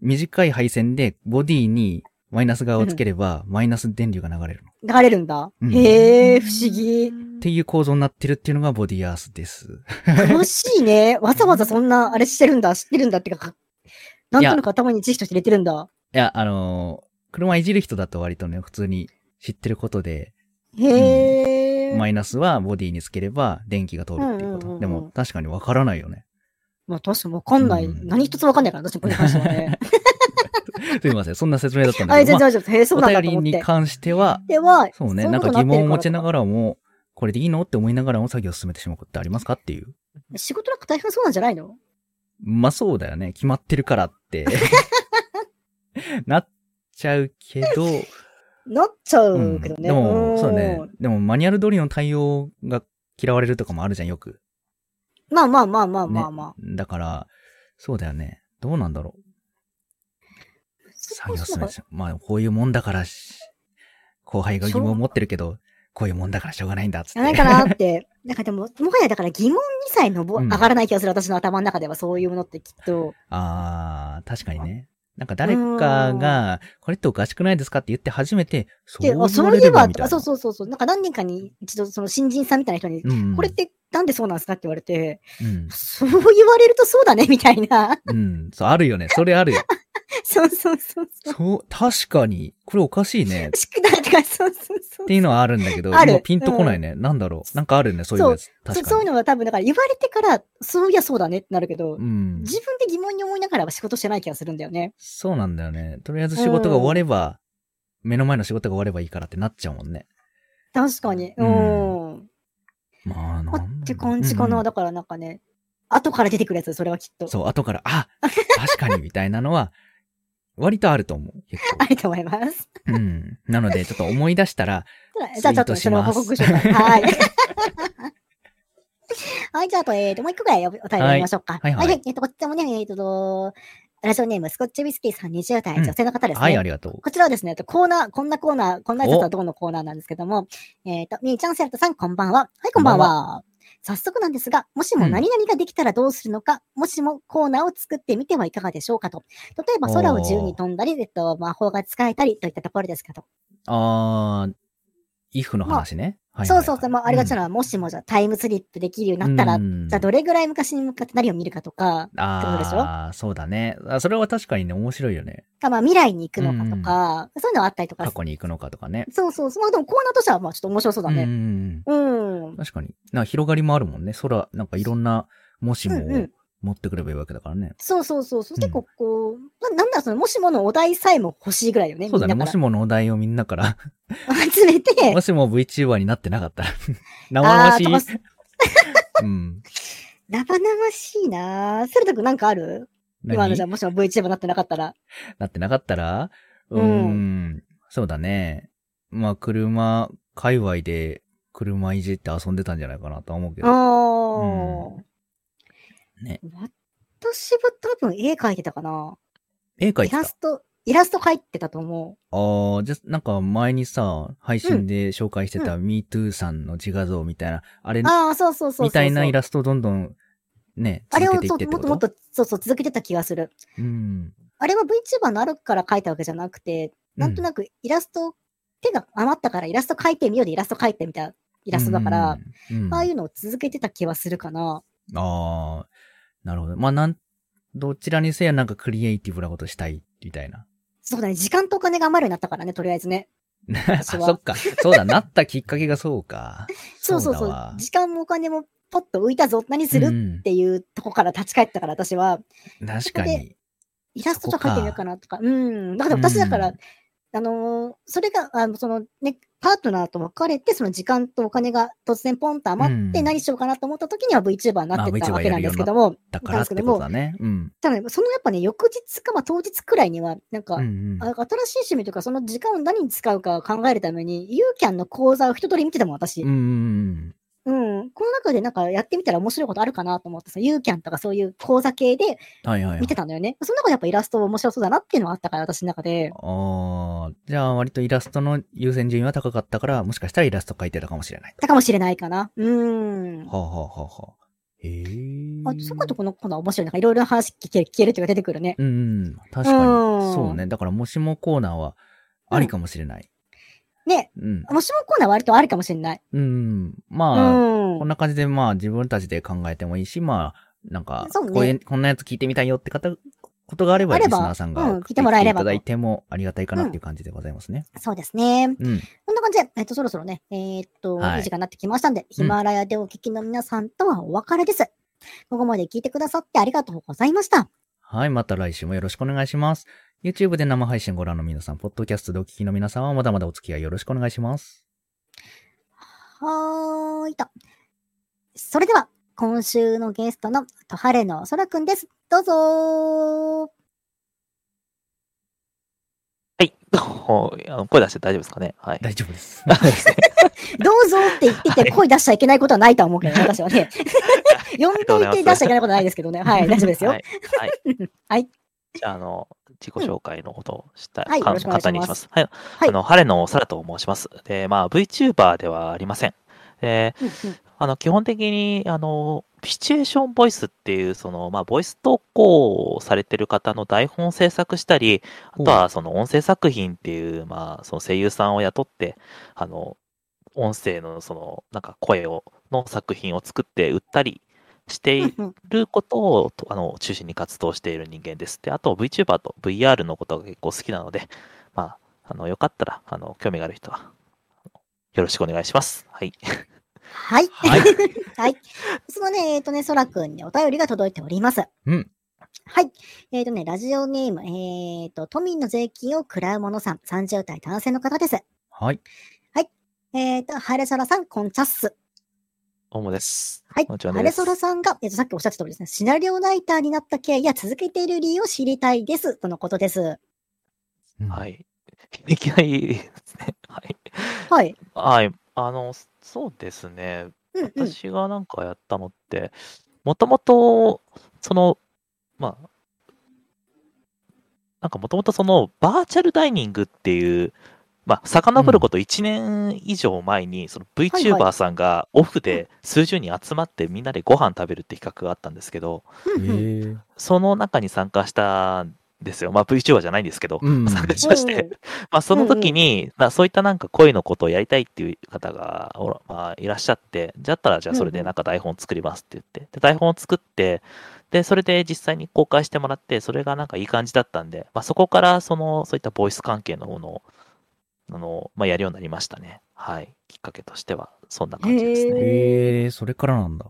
短い配線でボディにマイナス側をつければ、マイナス電流が流れるの。
流れるんだ。
うん
へえ、不思議。
っていう構造になってるっていうのがボディアースです。
楽しいね。わざわざそんな、あれしてるんだ、知ってるんだってか、なんとなく頭に知識として入れてるんだ。
いや、あのー車いじる人だと割とね、普通に知ってることで、
へえ。
マイナスはボディにつければ電気が通るってい
うんうんう
うこ
んう
と。
ん
でも、確かにわからないよね。 (laughs)
まあ確かにわかんない。
うん
何一つわかんないから、私もこれに関しては
(laughs)
ね。
すいません、そんな説明だったん
は
だ
い、
け
全然
ど、まあ
大丈夫です。へえ、そうなんだ
お
と
便
思っ
りに
て。
関しては、
では、
そうね、
そ
なん
こ
か
とっ
疑
てる
問を
ら
持ちながらも、これでいいのって思いながらも作業を進めてしまうことってありますかっていう。
仕事なんか大変そうなんじゃないの
まあそうだよね。決まってるから
(laughs)
って。なっちゃうけ
(laughs)
ど、
なっちゃ
うん
うけどね。
でも、
ん
そうね。でもマニュアル通りの対応が嫌われるとかもあるじゃん、よく。
まあまあまあまあまあまあ。
だから、そうだよね。どうなんだろう。
そ
作
こ
業
そ
進
こ
めてしまうまあ、こういうもんだからし、後輩が疑問を持ってるけど、こういうもんだからしょうがないんだ、つっ
じゃない
て。
かなって。なんかでも、もはやだから疑問にさえのぼ
うん
上がらない気がする、私の頭の中ではそういうものってきっと。
あー、確かにね。なんか誰かが、これっておかしくないですかって言って初めて、そう
で、
言
あ、そ
わ
う
れ
いえ
れ
ば
ばみ、た
あ
いな。
そうそうそうそう。なんか何人かに一度その新人さんみたいな人に、
うんうん
これってなんでそうなんですかって言われて、
うん。
そう言われるとそうだねみたいな。 (laughs)
うん。そう、あるよね。それあるよ。
そうそうそうそう。
そう、確かに、これおかしいね。
宿題とか、そうそうそう
っ。ていうのはあるんだけど、
ある
今ピンとこないね。なんだろう。なんかあるね、そういうやつ。
そ
確
そう
か
いう
に。
のは多分、だから言われてから、そういやそうだねってなるけど、
うん。
自分で疑問に思いながらは仕事してない気がするんだよね。
そうなんだよね。とりあえず仕事が終われば、目の前の仕事が終わればいいからってなっちゃうもんね。
確かに。
う
うんん。
まあ、なんだろう
って感じかな。
うん
だからなんかね、後から出てくるやつ、それはきっと。
そう、後から、あ確かに、みたいなのは、 (laughs) 割とあると思う。結
あると思います。
構。うん。なので、ちょっと思い出したら、
じゃあちょっとそれを報告しようか。
(laughs)
はい。 (laughs) はい、じゃああと、えっ、と、もう一個ぐらいおお便り読みましょうか。
はいはいはい
えっ、と、こちらもね、えっ、と、ラジオネーム、スコッチウィスキーさん20代、
うん
女性の方ですね。
はい、ありがとう。
こちらはですね、えっとコーナー、こんなコーナー、こんな挨拶はどうのコーナーなんですけども、えっ、と、みーちゃん、セルトさん、こんばんは。はい、こんばん
こんば
は。早速なんですが、もしも
うん
何々ができたらどうするのか、もしもコーナーを作ってみてはいかがでしょうかと。例えば空を自由に飛んだり、えっと、魔法が使えたりといったところですけど。
あー、イフの話ね。はいはい
そ
は
う
い
そうそう、まあ、ありがちなのは、もしもじゃあタイムスリップできるようになったら、
うん
じゃあどれぐらい昔に向かって何を見るかとか、ことでしょ
ああ、そうだね。あそれは確かにね、面白いよね。
かまあ未来に行くのかとか、そういうのはあったりと
過
か。
去に行くのかとかね。
そうそうそう。まあでもコーナーとしては、まあちょっと面白そうだ
うん
ね。
うん
うん
うん。確かに。なんか広がりもあるもんね。空、なんかいろんな、もしも
うんう
を
ん
持ってくればいいわけだからね。
そうそうそう。そう
うん
結構こう、ななんだその、もしものお題さえも欲しいぐらいよね。
そうだね。
みん
も
な
し
か
ものお題をみんなから、
ら集めて、
もしも VTuber になってなかっ
(laughs)
たら、生々
あ
し
ー飛ばす
い。 (laughs) うん。
生々しいなぁ。セルト君なんかある今のじゃあ、もしも VTuber になってなかったら。
なってなかったら、う
う
ー
ん
ん。そうだね。まあ、車、界隈で車いじって遊んでたんじゃないかなとは思うけ
ああ
ど。
ー、
ね。
私は多分絵描いてたかな。
絵描い
イ
てた
ラ。スト、イラスト描いてたと思う。
ああ、じゃあ、なんか前にさ、配信で紹介してた MeToo さんの自画像みたいな、あれ、
ああ、そうそうそうそうそう。
みたいなイラストをどんどん、ね、
あれを
続けてい
そ
っ
う
てって
もっ
こと
ともっと、そうそう、続けてた気がする。
うん。
あれは VTuber のあるから描いたわけじゃなくて、なんとなくイラスト、手が余ったからイラスト描いてみようでイラスト描いてみたいなイ
イ
ラストだから、、
うんうん
ああいうのを続けてた気はするかな。
ああ、なるほど。まあ、なん、どちらにせよなんかクリエイティブなことしたい、みたいな。
そうだね、時間とお金が余るようになったからね、とりあえずね。
あ、
私は
そっか。そうだ、なったきっかけがそうか。
そうそう
だ
そう
わ。
時間もお金もポッと浮いたぞ、何する、
う
っ
ん
ていうとこから立ち返ったから、私は、
確かに。
イラストとか描いてみようかなとか、うん、だから
うん
私だから、あのーそれが、あの、そのね、パートナーと別れて、その時間とお金が突然ポンと余っ
う
て、
ん
何しようかなと思った時には VTuber になって
まあ
たわ
VTuber
けなんですけども、
だからってことだね。うん。
ただね、そのやっぱね、翌日か、まあ当日くらいには、なんか、
うんうん
あ新しい趣味というか、その時間を何に使うか考えるために、ユーキャンの講座を一通り見てたもん、私。
うんうん
うん。この中でなんかやってみたら面白いことあるかなと思ってさ、ユーキャンとかそういう講座系で
うん。はいはい、はい。
見てたんだよね。その中でやっぱイラスト面白そうだなっていうのはあったから、私の中で。
ああ、じゃあ割とイラストの優先順位は高かったから、もしかしたらイラスト描いてたかもしれないと。
たかもしれないかな。うん。
はあ、はあはあはあ、へえ。
あ、そこでこのコーナー面白い。なんかいろいろ話聞ける、聞けるというか出てくるね。
うんうん、確かに。
うん
そうね。だから、もしもコーナーはありかもしれない。
ね。
うん。
もしもコーナーは割とあるかもしれない。
うん。
う
まあ、
ん
こん。な感じで、まあ、自分たちで考えてもいいし、まあ、なんか、
そうね
こういう、こんなやつ聞いてみたいよって方、ことがあれば、
あ
リ
れ
ス
ば
ナーさんが
うん
送
聞い
って
てもらえれば
いただいてもありがたいかなっていう感じでございますね。
そうですね。
うん。
こんな感じで、えっと、そろそろね、えーっと、
はい
い、い時間になってきましたんで、ヒマラヤでお聞きの皆さんとはお別れです。ここまで聞いてくださってありがとうございました。
はい、また来週もよろしくお願いします。YouTube で生配信ご覧の皆さん、ポッドキャストでお聞きの皆さんはまだまだお付き合いよろしくお願いします。
はーいと。それでは、今週のゲストの、とはれのそらくんです。どうぞー
はい。 (laughs) どうあの声出して大丈夫ですかねはい。
大丈夫
(laughs)
です。
どうぞって言ってて、声出しちゃいけないことはないとは思うけどね、私はね。呼んどい (laughs) て出しちゃいけないことはないですけどね。はい、大丈夫ですよ。
は
はい
い。はい。
(laughs) はい
じゃあ、あの、自己紹介のことをした、
うんはい
か
よろしくお願
簡
いします
単にします。は
い
い。あの、晴れのサラと申します。で、まあ、VTuber ではありません。え
うんうん
あの、基本的に、あの、シチュエーションボイスっていう、その、まあ、ボイス投稿をされてる方の台本を制作したり、あとは、その、音声作品っていう、まあ、その声優さんを雇って、あの、音声の、その、なんか声を、の作品を作って売ったりしてい
うんうん
ることを、とあの、中心に活動している人間です。で、あと、VTuber と VR のことが結構好きなので、まあ、あの、よかったら、あの、興味がある人は、あのよろしくお願いします。はい。
はい。(laughs)
は
はいい。そのね、えっ、とね、そらくんにお便りが届いております。
うん。
はい。えっ、とね、ラジオネーム、えっ、と、都民の税金を食らう者さん、30代男性の方です。
はい。
えっ、と、ハレソラさん、こんちゃっす。
どうもです。
はい。
こんにちは
ハレソラ
です。
さんが、えっ、と、さっきおっしゃってた通りですね、シナリオライターになった経緯や続けている理由を知りたいです、とのことです。
い。
はい。 (laughs) いきなりですね。 (laughs) はい。
はい。
はい。あの、そうですね。
うんうん。
私がなんかやったのって、もともと、その、まあ、なんかもともとその、バーチャルダイニングっていう、まあ、遡ること1年以上前に、その
はい
VTuber さんがオフで数十人集まってみんなでご飯食べるって企画があったんですけど、
う
え
んうん
ー
(laughs)
その中に参加したんですよ。まあ VTuber じゃないんですけど、
うん
参加しまして、まあ、その時に、なそういったなんか恋のことをやりたいっていう方がおら、まあ、いらっしゃって、じゃあったらじゃあそれ
うんう
で
ん
なんか台本作りますって言って、で台本を作って、で、それで実際に公開してもらって、それがなんかいい感じだったんで、まあ、そこからその、そういったボイス関係のものを、あの、まあ、やるようになりましたね。はい。きっかけとしては、そんな感じです
へ
ね。
えー、それからなんだ。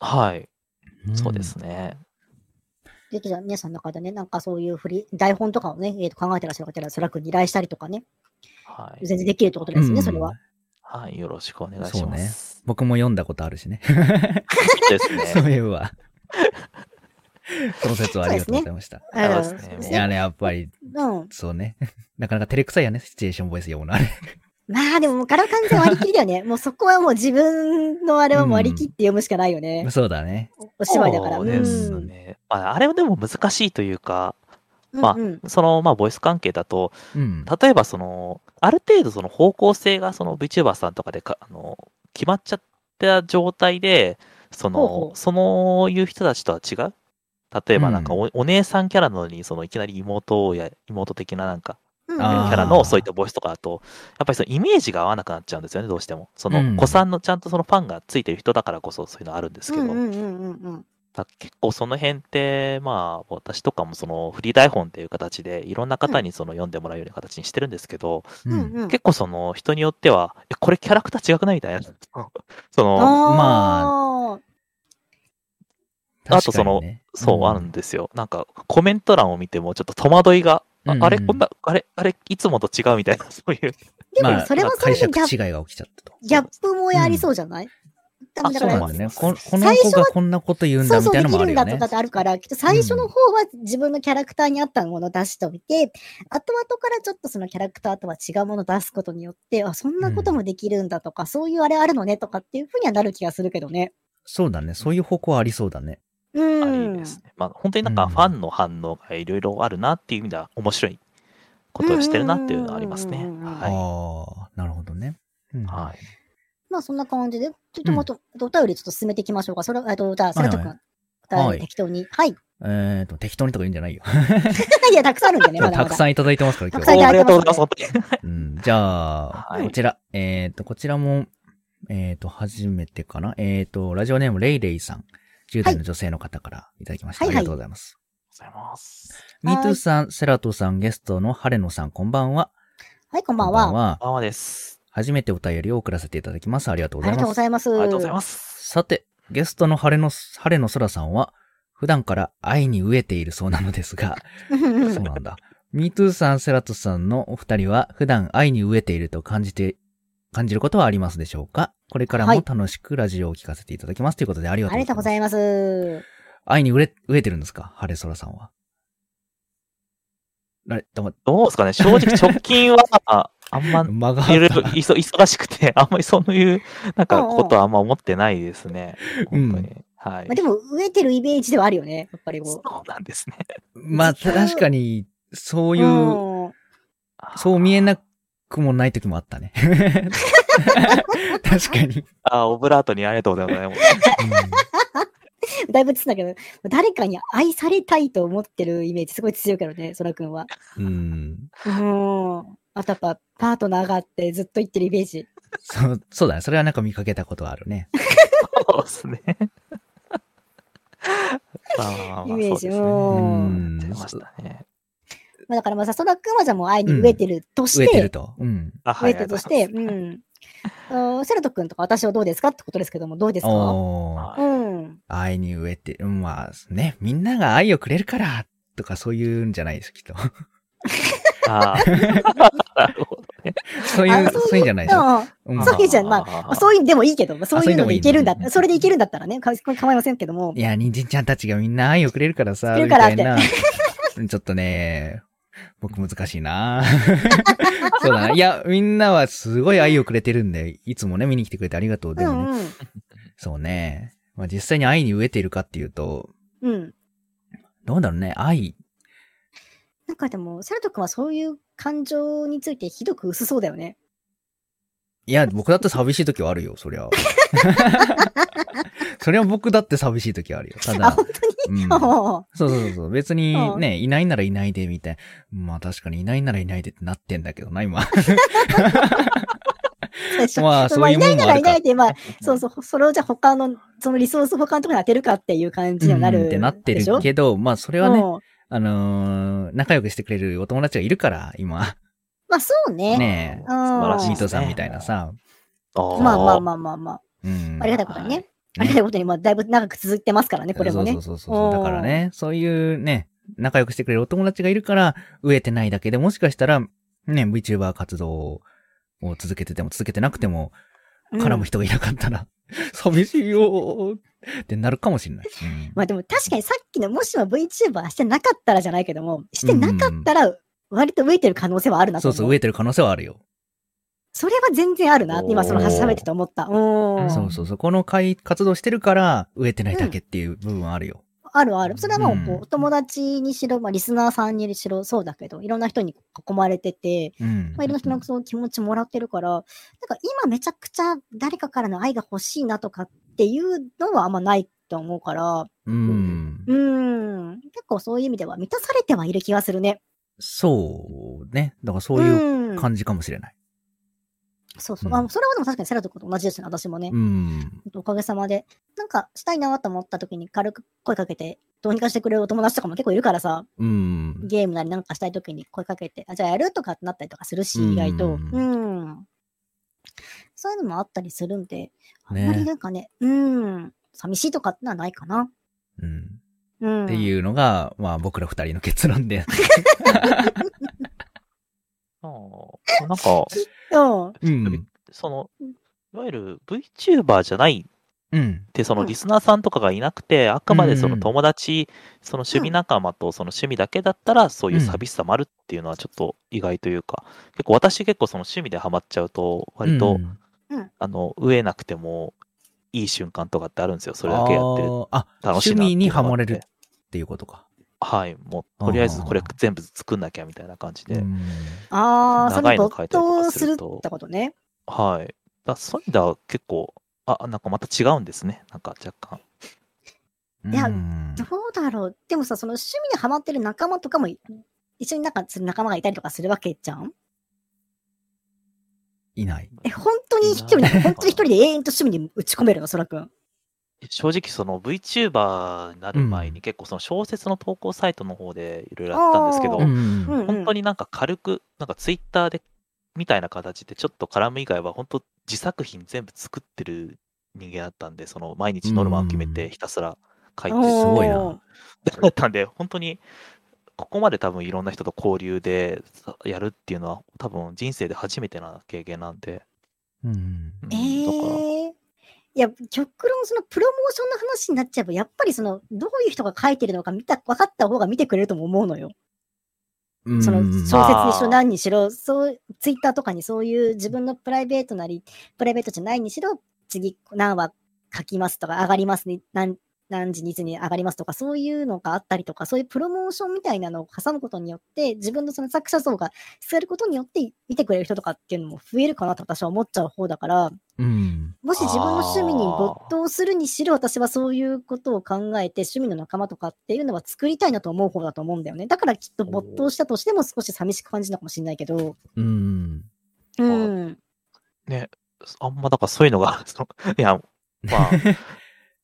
はい。
ん
そうです。ね。
で、じゃあ皆さんの中でね、なんかそういうふり、台本とかをね、えーと考えてらっしゃる方は、そらくに依頼したりとかね、
はい。
全然できるってことですね、それは。
はい。よろしくお願い
そ
し
う
ま
ね
す。
僕も読んだことあるしね。
ですね。
(laughs) そういえば。その説はありがとうございました。
ありがとうござ
そうです
いま
ね
す
いやね、やっぱり、 (laughs)
うん。
そうね。なかなか照れくさいよね、シチュエーションボイス読むのはね。
まあでも、もうから完全割り切りだよね。もうそこはもう自分のあれはもう割り切って読むしかないよね。
そうだね。
お芝居だから。
そううんですね。まあ、あれはでも難しいというか、まあ
うんうん
その、まあ、ボイス関係だと、
うん。
例えばその、ある程度その方向性がその VTuber さんとかでか、あの、決まっちゃった状態で、その、
ほうほう
そのいう人たちとは違う例えばなんか
うん
お,、お姉さんキャラなのに、そのいきなり妹や妹的ななんか、
うん
キ
あー
ャラのそういったボイスとかだと、やっぱりそのイメージが合わなくなっちゃうんですよね、どうしても。その、
うん
子さんのちゃんとそのファンがついてる人だからこそそういうのあるんですけど、
うんうんうんうん
だから結構その辺って、まあ、私とかもそのフリー台本っていう形で、いろんな方にその読んでもらうような形にしてるんですけど、
う
うんん。
うん
結構その人によっては、え、これキャラクター違くないみたいな。その、
あー
あとそ
確
の
かにね
そうあるんですよ。なんかコメント欄を見てもちょっと戸惑いが、あ
うんうん
あれこんな、あれ、あれいつもと違うみたいな、 (laughs) そういう。
で
ま
も
あ
それはそれ
解
で
釈
ギャップ
違いが起きちゃったと。
ギャップもやりそうじゃない、多分
あ
だか
そう
ら
なんだよね。ここの
最
子
初
が
は
こんなこと言うん
そ
だ
う
み
そう
たい
で
な
き
のも
る
ある
んだ
よ
と
ね
かっ。てあるから、きっと最初の方は自分のキャラクターに合ったものを出しておいて、後々からちょっとそのキャラクターとは違うものを出すことによって、あ、そんなこともできるんだとか、そういうあれあるのねとかっていうふうにはなる気がするけどね。
そうだね。そういう方向はありそうだね。
うん。
ありですね。まあ、本当になんかファンの反応がいろいろあるなっていう意味では面白いことをしてるなっていうのはありますね
うんうんうん。うん
ああ
は
ー、なるほどね。うん
い。はい。
まあそんな感じで、ちょっともっと、お便りちょっと進めていきましょうか。それ、えっと、じゃあ、
はいは
佐
い
藤君。お便
は
り
い
適当に。はい。 (laughs)
えっと、適当にとか言うんじゃないよ。
いや、たくさんあるんだよね、まだ
(laughs) た
ま
く
だ。
さんいただいてますから、
た
今
くさん
日
いただ
おあり
い
が
てます
とうございます、本当に。
うんじゃあ、
はい
こちら、えっ、と、こちらも、えっ、と、初めてかな。えっ、と、ラジオネーム、レイレイさん。10代の女性の方からいただきました。
はい
ありがとうございます。
ありがとうございます。
は
ミ
い
ートゥーさん、セラトさん、ゲストの晴野さん、こんばんは。
はい、こんばんは。
あわです。
初めてお便りを送らせていただきます。ありがとう
あ
ご
り
ざ
がとう
いま
ご
す。
ざいます。
ありがとうございます。
さて、ゲストの晴れの、晴れの空さんは、普段から愛に飢えているそうなのですが、
うんうんう
そうんなんだ。ミートゥーさん、セラトさんのお二人は普段愛に飢えていると感じて、感じることはありますでしょうかこれから
は
も
い
楽しくラジオを聞かせていただきます。ということでありがと
あ
う
り
ご
がと
ざいうま
ご
す。
ざいます。
愛に飢え飢えてるんですか晴れ空さんは。あれ、黙っ
どうですかね正直直近は、ああんま
て、間が
いろ
あ
い
っ
ろ
た。
いそ忙しくて、 (laughs) あんまりそういう、なんか、ことはあんま思ってないですね。
うん
本当に。はい
まあ、。でも、飢えてるイメージではあるよね、やっぱり
そ
こう。
うなんですね。
まあ、確かに、そう
こ
いう、そう見えなくもない時もあった
(laughs)
ね。確かに。
あ、オブラートにありがとうございます。
だいぶつんだけど、誰かに愛されたいと思ってるイメージすごい強いからね、そらくんは。
うんうん。
うん。あとやっぱ、パートナーがあってずっと言ってるイメージ。
そう、そうだね。それはなんか見かけたことはあるね。
そうで
(laughs)
すね。
イ
あーまあ、そう
メ
で
ー
す
ジ。
ね。
う
うん。
ん
出。ましたね。
まあ、だからまあさ、そらくんはじゃあもう愛に飢えてるとし
飢えてる
て、
と。うん。
あ、
飢えてるとして、
ありが
う
とうござい
ん。うんセラト君とか私はどうですかってことですけども、どうですか
おー
ます
う
はい
ん。
愛に飢えて、うんまあね、みんなが愛をくれるから、とかそういうんじゃないです、きっ
(laughs)
と。
あーなるほどね。
そういう、
あ
そ
そう
いうんじゃないでしょ。
うん
う
(laughs)
ん
そういうじゃんま
あ
まあそういうのでもいいけど、まあそういうのでいけるんだっ
そういうのもいいんだ
たそれでいけるんだったらね、か構いませんけども。
いや、ニンジンちゃんたちがみんな愛をくれるからさ、
くれ
み
るから
た
っ
い
て
な。 (laughs) ちょっとね、僕難しいな (laughs) そうだな。いや、みんなはすごい愛をくれてるんで、いつもね、見に来てくれてありがとう。
う
でもね、
んうん。
そうね。まあ実際に愛に飢えているかっていうと、
うん。
どうだろうね、愛。
なんかでも、セラト君はそういう感情についてひどく薄そうだよね。
いや、僕だって寂しい時はあるよ、
(laughs)
そりゃ。それは僕だって寂しい時はあるよ。た
あ、
だ
本、当に、
うんそうそうそうそう。別に
うん
ね、いないならいないで、みたいな。まあ確かにいないならいないでってなってんだけどな、今。まあそういう
ま
も
あ
ん
いない
も
な
あ
ら
る
い
か
ないで、まあ、そうそう、それをじゃあ他の、そのリソース他のところに当てるかっていう感じにはな
うん
る
ってなって
でしょ
るけど、まあそれはね、
うん
あのー仲良くしてくれるお友達がいるから、今。
まあそうね。
ねえ
うん
素晴らしい
ミー
ですね
トさんみたいな。さ。
あ
まあまあまあまあまあ。
うん。
ありがたいことに
は
ね
い。
ありがたいことに、まあだいぶ長く続いてますからね、これもね
そう。そうそうそうう。
ん
だからね、そういうね、仲良くしてくれるお友達がいるから、飢えてないだけで、もしかしたら、ね、VTuber 活動を続けてても、続けてなくても、
うん
絡む人がいなかったら、 (laughs) 寂しいよーってなるかもしれない。うん
まあでも確かにさっきの、もしも VTuber してなかったらじゃないけども、してなかったら、割と植えてる可能性はあるなと
そう
思う。
そう、飢えてる可能性はあるよ。
それは全然あるな。
おー
今その喋ってて思った。うん。
そうそうそう。この会、活動してるから、植えてないだけっていう部分はあるよ。
あるある。それはもう、こう
うん
お友達にしろ、まあ、リスナーさんにしろそうだけど、いろんな人に囲まれてて、
うん
まあ、いろんな人のその気持ちもらってるから、なんか今めちゃくちゃ誰かからの愛が欲しいなとかっていうのはあんまないと思うから、
うん
う。ーん、結構そういう意味では満たされてはいる気がするね。
そうね。だからそういう
う
うん感じかもしれない。
そうそう。
うん
あそれはでも確かにセラト君と同じですね、私もね。
うん。
おかげさまで。なんかしたいなと思った時に軽く声かけて、どうにかしてくれるお友達とかも結構いるからさ、
うん。
ゲームなりなんかしたい時に声かけて、あじゃあやるとかってなったりとかするし、
うん
意外と。うん。そういうのもあったりするんで、あんまり
ね。
なんかね、うん、寂しいとかってのはないかな。
うん。
うん。
って
う。
いうのが、まあ僕ら二人の結論で。
あーなんか、
うん。
うん。
その、いわゆる VTuber じゃない
うん。
って、そうの
ん
リスナーさんとかがいなくて、あくまでそ
うんう
の
ん
友達、その趣味仲間とその趣味だけだったら、そういう
うん
寂しさもあるっていうのはちょっと意外というか、結構私結構その趣味でハマっちゃうと、割と、
うん、
あの、飢えなくてもいい瞬間とかってあるんですよ。それだけやってると。
あーあ、
楽しい
趣味
なっていうのがあって
にハマれるっていうことか。
はい。もう、とりあえず
あー
これ全部作んなきゃみたいな感じで。
うん
ああ、そ
長
れ
い
没
の書いたりと
頭
か
す
す
る
ると
ってことね。
はい。だそういう意味では結構、あ、なんかまた違うんですね。なんか若干。
いや
うん
どうだろう。でもさ、その趣味にハマってる仲間とかもい、一緒になんかする仲間がいたりとかするわけじゃん
いない。
え、本当に一人
い
な
ない
の本当に一人で永遠と趣味に打ち込めるの、そらくん。
正直その VTuber になる前
う
に結構その小説の投稿サイトの方でいろいろあったんですけど、
あー
ん
うん
本当になんか軽く、なんかツイッターで、みたいな形でちょっと絡む以外は、本当自作品全部作ってる人間だったんで、その毎日ノルマを決め
うん
てひたすら書いて、
おー
すごいな。
だったんで、本当に、ここまで多分いろんな人と交流でさやるっていうのは、多分人生で初めてな経験なんで。
うん。
うん
ええ
だ
ー。いや、極論そのプロモーションの話になっちゃえば、やっぱりその、どういう人が書いてるのか見た、分かった方が見てくれるとも思うのよ。
うん
その
う
小
あ
説にしろ
ー
何にしろ、そう、ツイッターとかにそういう自分のプライベートなり、プライベートじゃないにしろ、次何話書きますとか、上がりますね、何、何時にいつに上がりますとか、そういうのがあったりとか、そういうプロモーションみたいなのを挟むことによって、自分のその作者層が伝えることによって、見てくれる人とかっていうのも増えるかなと私は思っちゃう方だから、
うん。
もし自分の趣味に
あー
没頭するにしろ、私はそういうことを考えて、趣味の仲間とかっていうのは作りたいなと思う方だと思うんだよね。だからきっと没頭したとしても少し寂しく感じるのかもしれないけど。
うん。
うん。
からあんまだからそういうのが、 (laughs) そのいや、
(laughs)
まあ、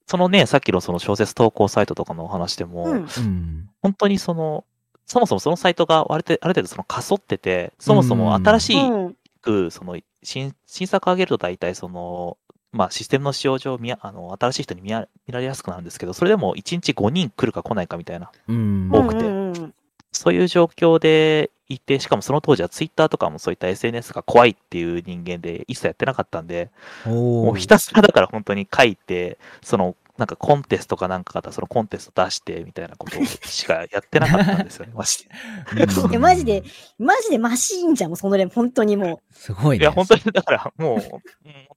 そのね、さっきのその小説投稿サイトとかのお話でも、
うん。
うん。
本当にその、そもそもそのサイトがある程ある程度そのかそってて、そもそも新し
うん。
く、その新新作上げると大体その、まあ、システムの使用上見やあの、新しい人に見や見られやすくなるんですけど、それでも1日5人来るか来ないかみたいな、
うん。
多くて
うんうん
そういう状況でいて、しかもその当時はツイッターとかもそういった SNS が怖いっていう人間で一切やってなかったんで、も
お
うひ
ー
たすらだから本当に書いて、そのなんかコンテストかなんかだったらそのコンテスト出してみたいなことしかやってなかったんです
(laughs)
よね、マジで。
うん
いやマジでマジでマシーンじゃん、もうそのレベル、本当にも
すごい
い
ね。
や、本当にだからもう、うん本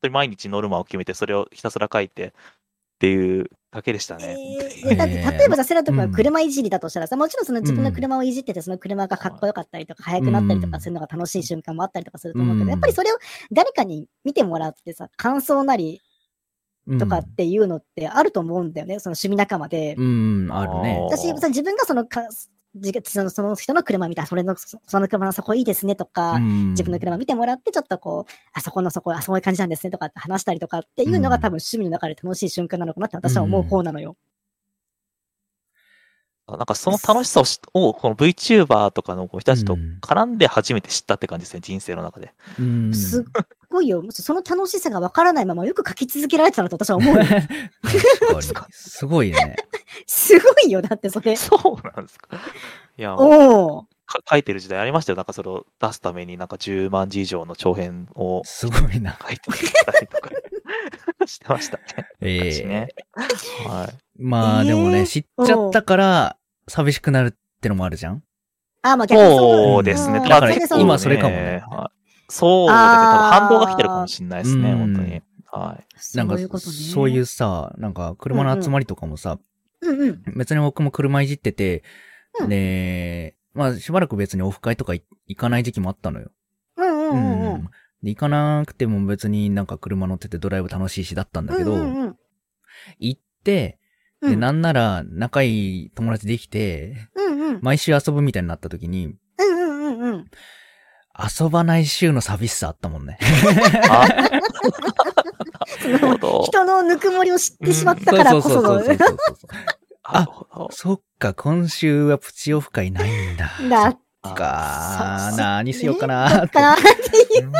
当に毎日ノルマを決めて、それをひたすら書いてっていうだけでした
う。
ね。
えーいやだって例えばさ、セラト君は
うん
車いじりだとしたらさ、もちろんその自分
う
の
ん
車をいじってて、その車がかっこよかったりとか、速くなったりと
う
か
ん
するのが楽しい瞬間もあったりとかすると思うけ
うん
ど、やっぱりそれを誰かに見てもらってさ、感想なり、
うん
とかっていうのってあると思うんだよね、その趣味仲間で。
うん、あるね。
私、さ自分がそのかじそのその人の車見たら、それの、そその車のそこいいですねとか、
自
自分の車見てもらって、ちょっとこう、あそこのそこ、あそういう感じなんですねとかって話したりとかっていうのが、
うん
多分趣味の中で楽しい瞬間なのかなって私は思う方なのよ。
なんかその楽しさをしをこの VTuber とかの人たち
う
と
ん
絡んで初めて知ったって感じですね、人生の中で。
うん。
すっごいよ、もしその楽しさがわからないまま、よく書き続けられてたなと私は思
(laughs)
うよ。(laughs)
確かにすごいね。
すごいよ、だってそれ。
そうなんですか。いや、
おお。
か書いてる時代ありましたよ。なんかそれを出すために、なんか10万字以上の長編を
すごいな。
書いてたりとか (laughs) してましたね。
え
昔
え
ね。はい。
まあ
ええ
でもね、知っちゃったから、寂しくなるってのもあるじゃん。
あ、まあ逆にその
そうですね。
うん
だから
それでその
今それかもね
はいそうですね。多分
あー
反動が来てるかもしれないですね、
うん
本当に。 (laughs) はい。
なんか
そういうことね。
そういうさ、なんか車の集まりとかもさ、
うんうん。
別に僕も車いじってて、
うん
で、まあしばらく別にオフ会とかい行かない時期もあったのよ。
うんうんうんう
うん
ん。
で行かなくても別になんか車乗っててドライブ楽しいしだったんだけど、
うんうん
行って、
うん、
で、なんなら仲いい友達できて、
うんうん。
毎週遊ぶみたいになった時に、
うんうんうんうん。
遊ばない週の寂しさあったも
(laughs)
んね。
あ、
そ
なるほ
の
ど。
人のぬくもりを知ってしまったからこそ
そう
の。
そうそうそうそうそう。
なるほど
そっか、今週はプチオフ会ないんだ。
(laughs) だっ
そっか
あそ、
何しようかな、
たな。
(laughs)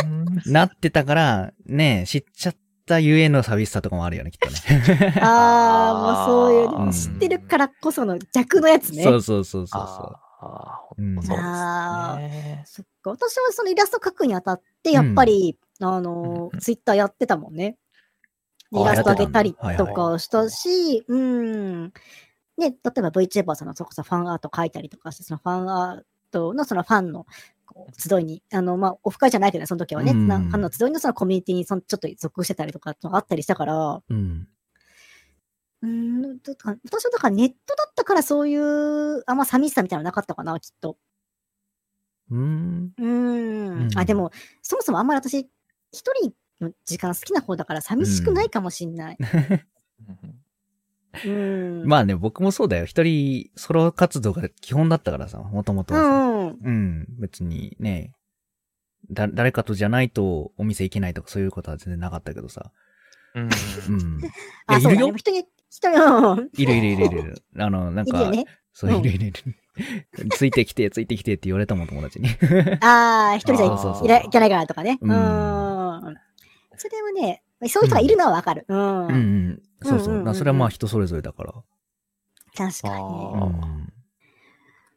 うん
なってたから、ね、知っちゃったゆえの寂しさとかもあるよね、きっとね。
ああ、もうそういう、
うん
知ってるからこ (laughs) その弱のやつね。
そうそうそうそうそ
ああ、
うん
本当そうですね。
そっか。私はそのイラスト描くにあたって、やっぱり、あの
うん、
ツイッターややってたもんね。
あ
イラストあげたり
やってた
と
んだ
かしたし、うん。ね、例えば VTuber さんのそこさ、ファンアート描いたりとかして、そのファンアートのそのファンの、こう集いに、あの、まあ、オフ会じゃないけどね、その時はね、
うん
なファンの集いのそのコミュニティにそのちょっと属してたりとか、あったりしたから、
う。うん。
うん、だから私はだからネットだったからそういう、あんま寂しさみたいなのなかったかな、きっと。
うん。
うーん,、
うん
ん。あ、でも、そもそもあんまり私、一人の時間好きな方だから寂しくないかもしんない。うん。
(laughs) まあね、僕もそうだよ。一人、ソロ活動が基本だったからさ、もともとはさ。
うんうん。
うん、別にね、だ、誰かとじゃないとお店行けないとかそういうことは全然なかったけどさ。
うん
うん。
(laughs) あ、
い
そ
や、
うだ
いる
ね。
よ
もう人に、人に、
いるいるいるいる。あの、なん
いるよ
か、
ね。
そう、
う
い
ん
るいるいる。 (laughs) ついてきて、ついてきてって言われたもん、友達に。
ああ、一人じゃい
あーそうそう
いらいけないからとかね。
う
うんん。それはね、そういう人がいるのはわかる。うん。
うんうん。そうそ
う
う。
んうんうん
なそれはまあ人それぞれだから。
確かに。
あ
ま
ー
うん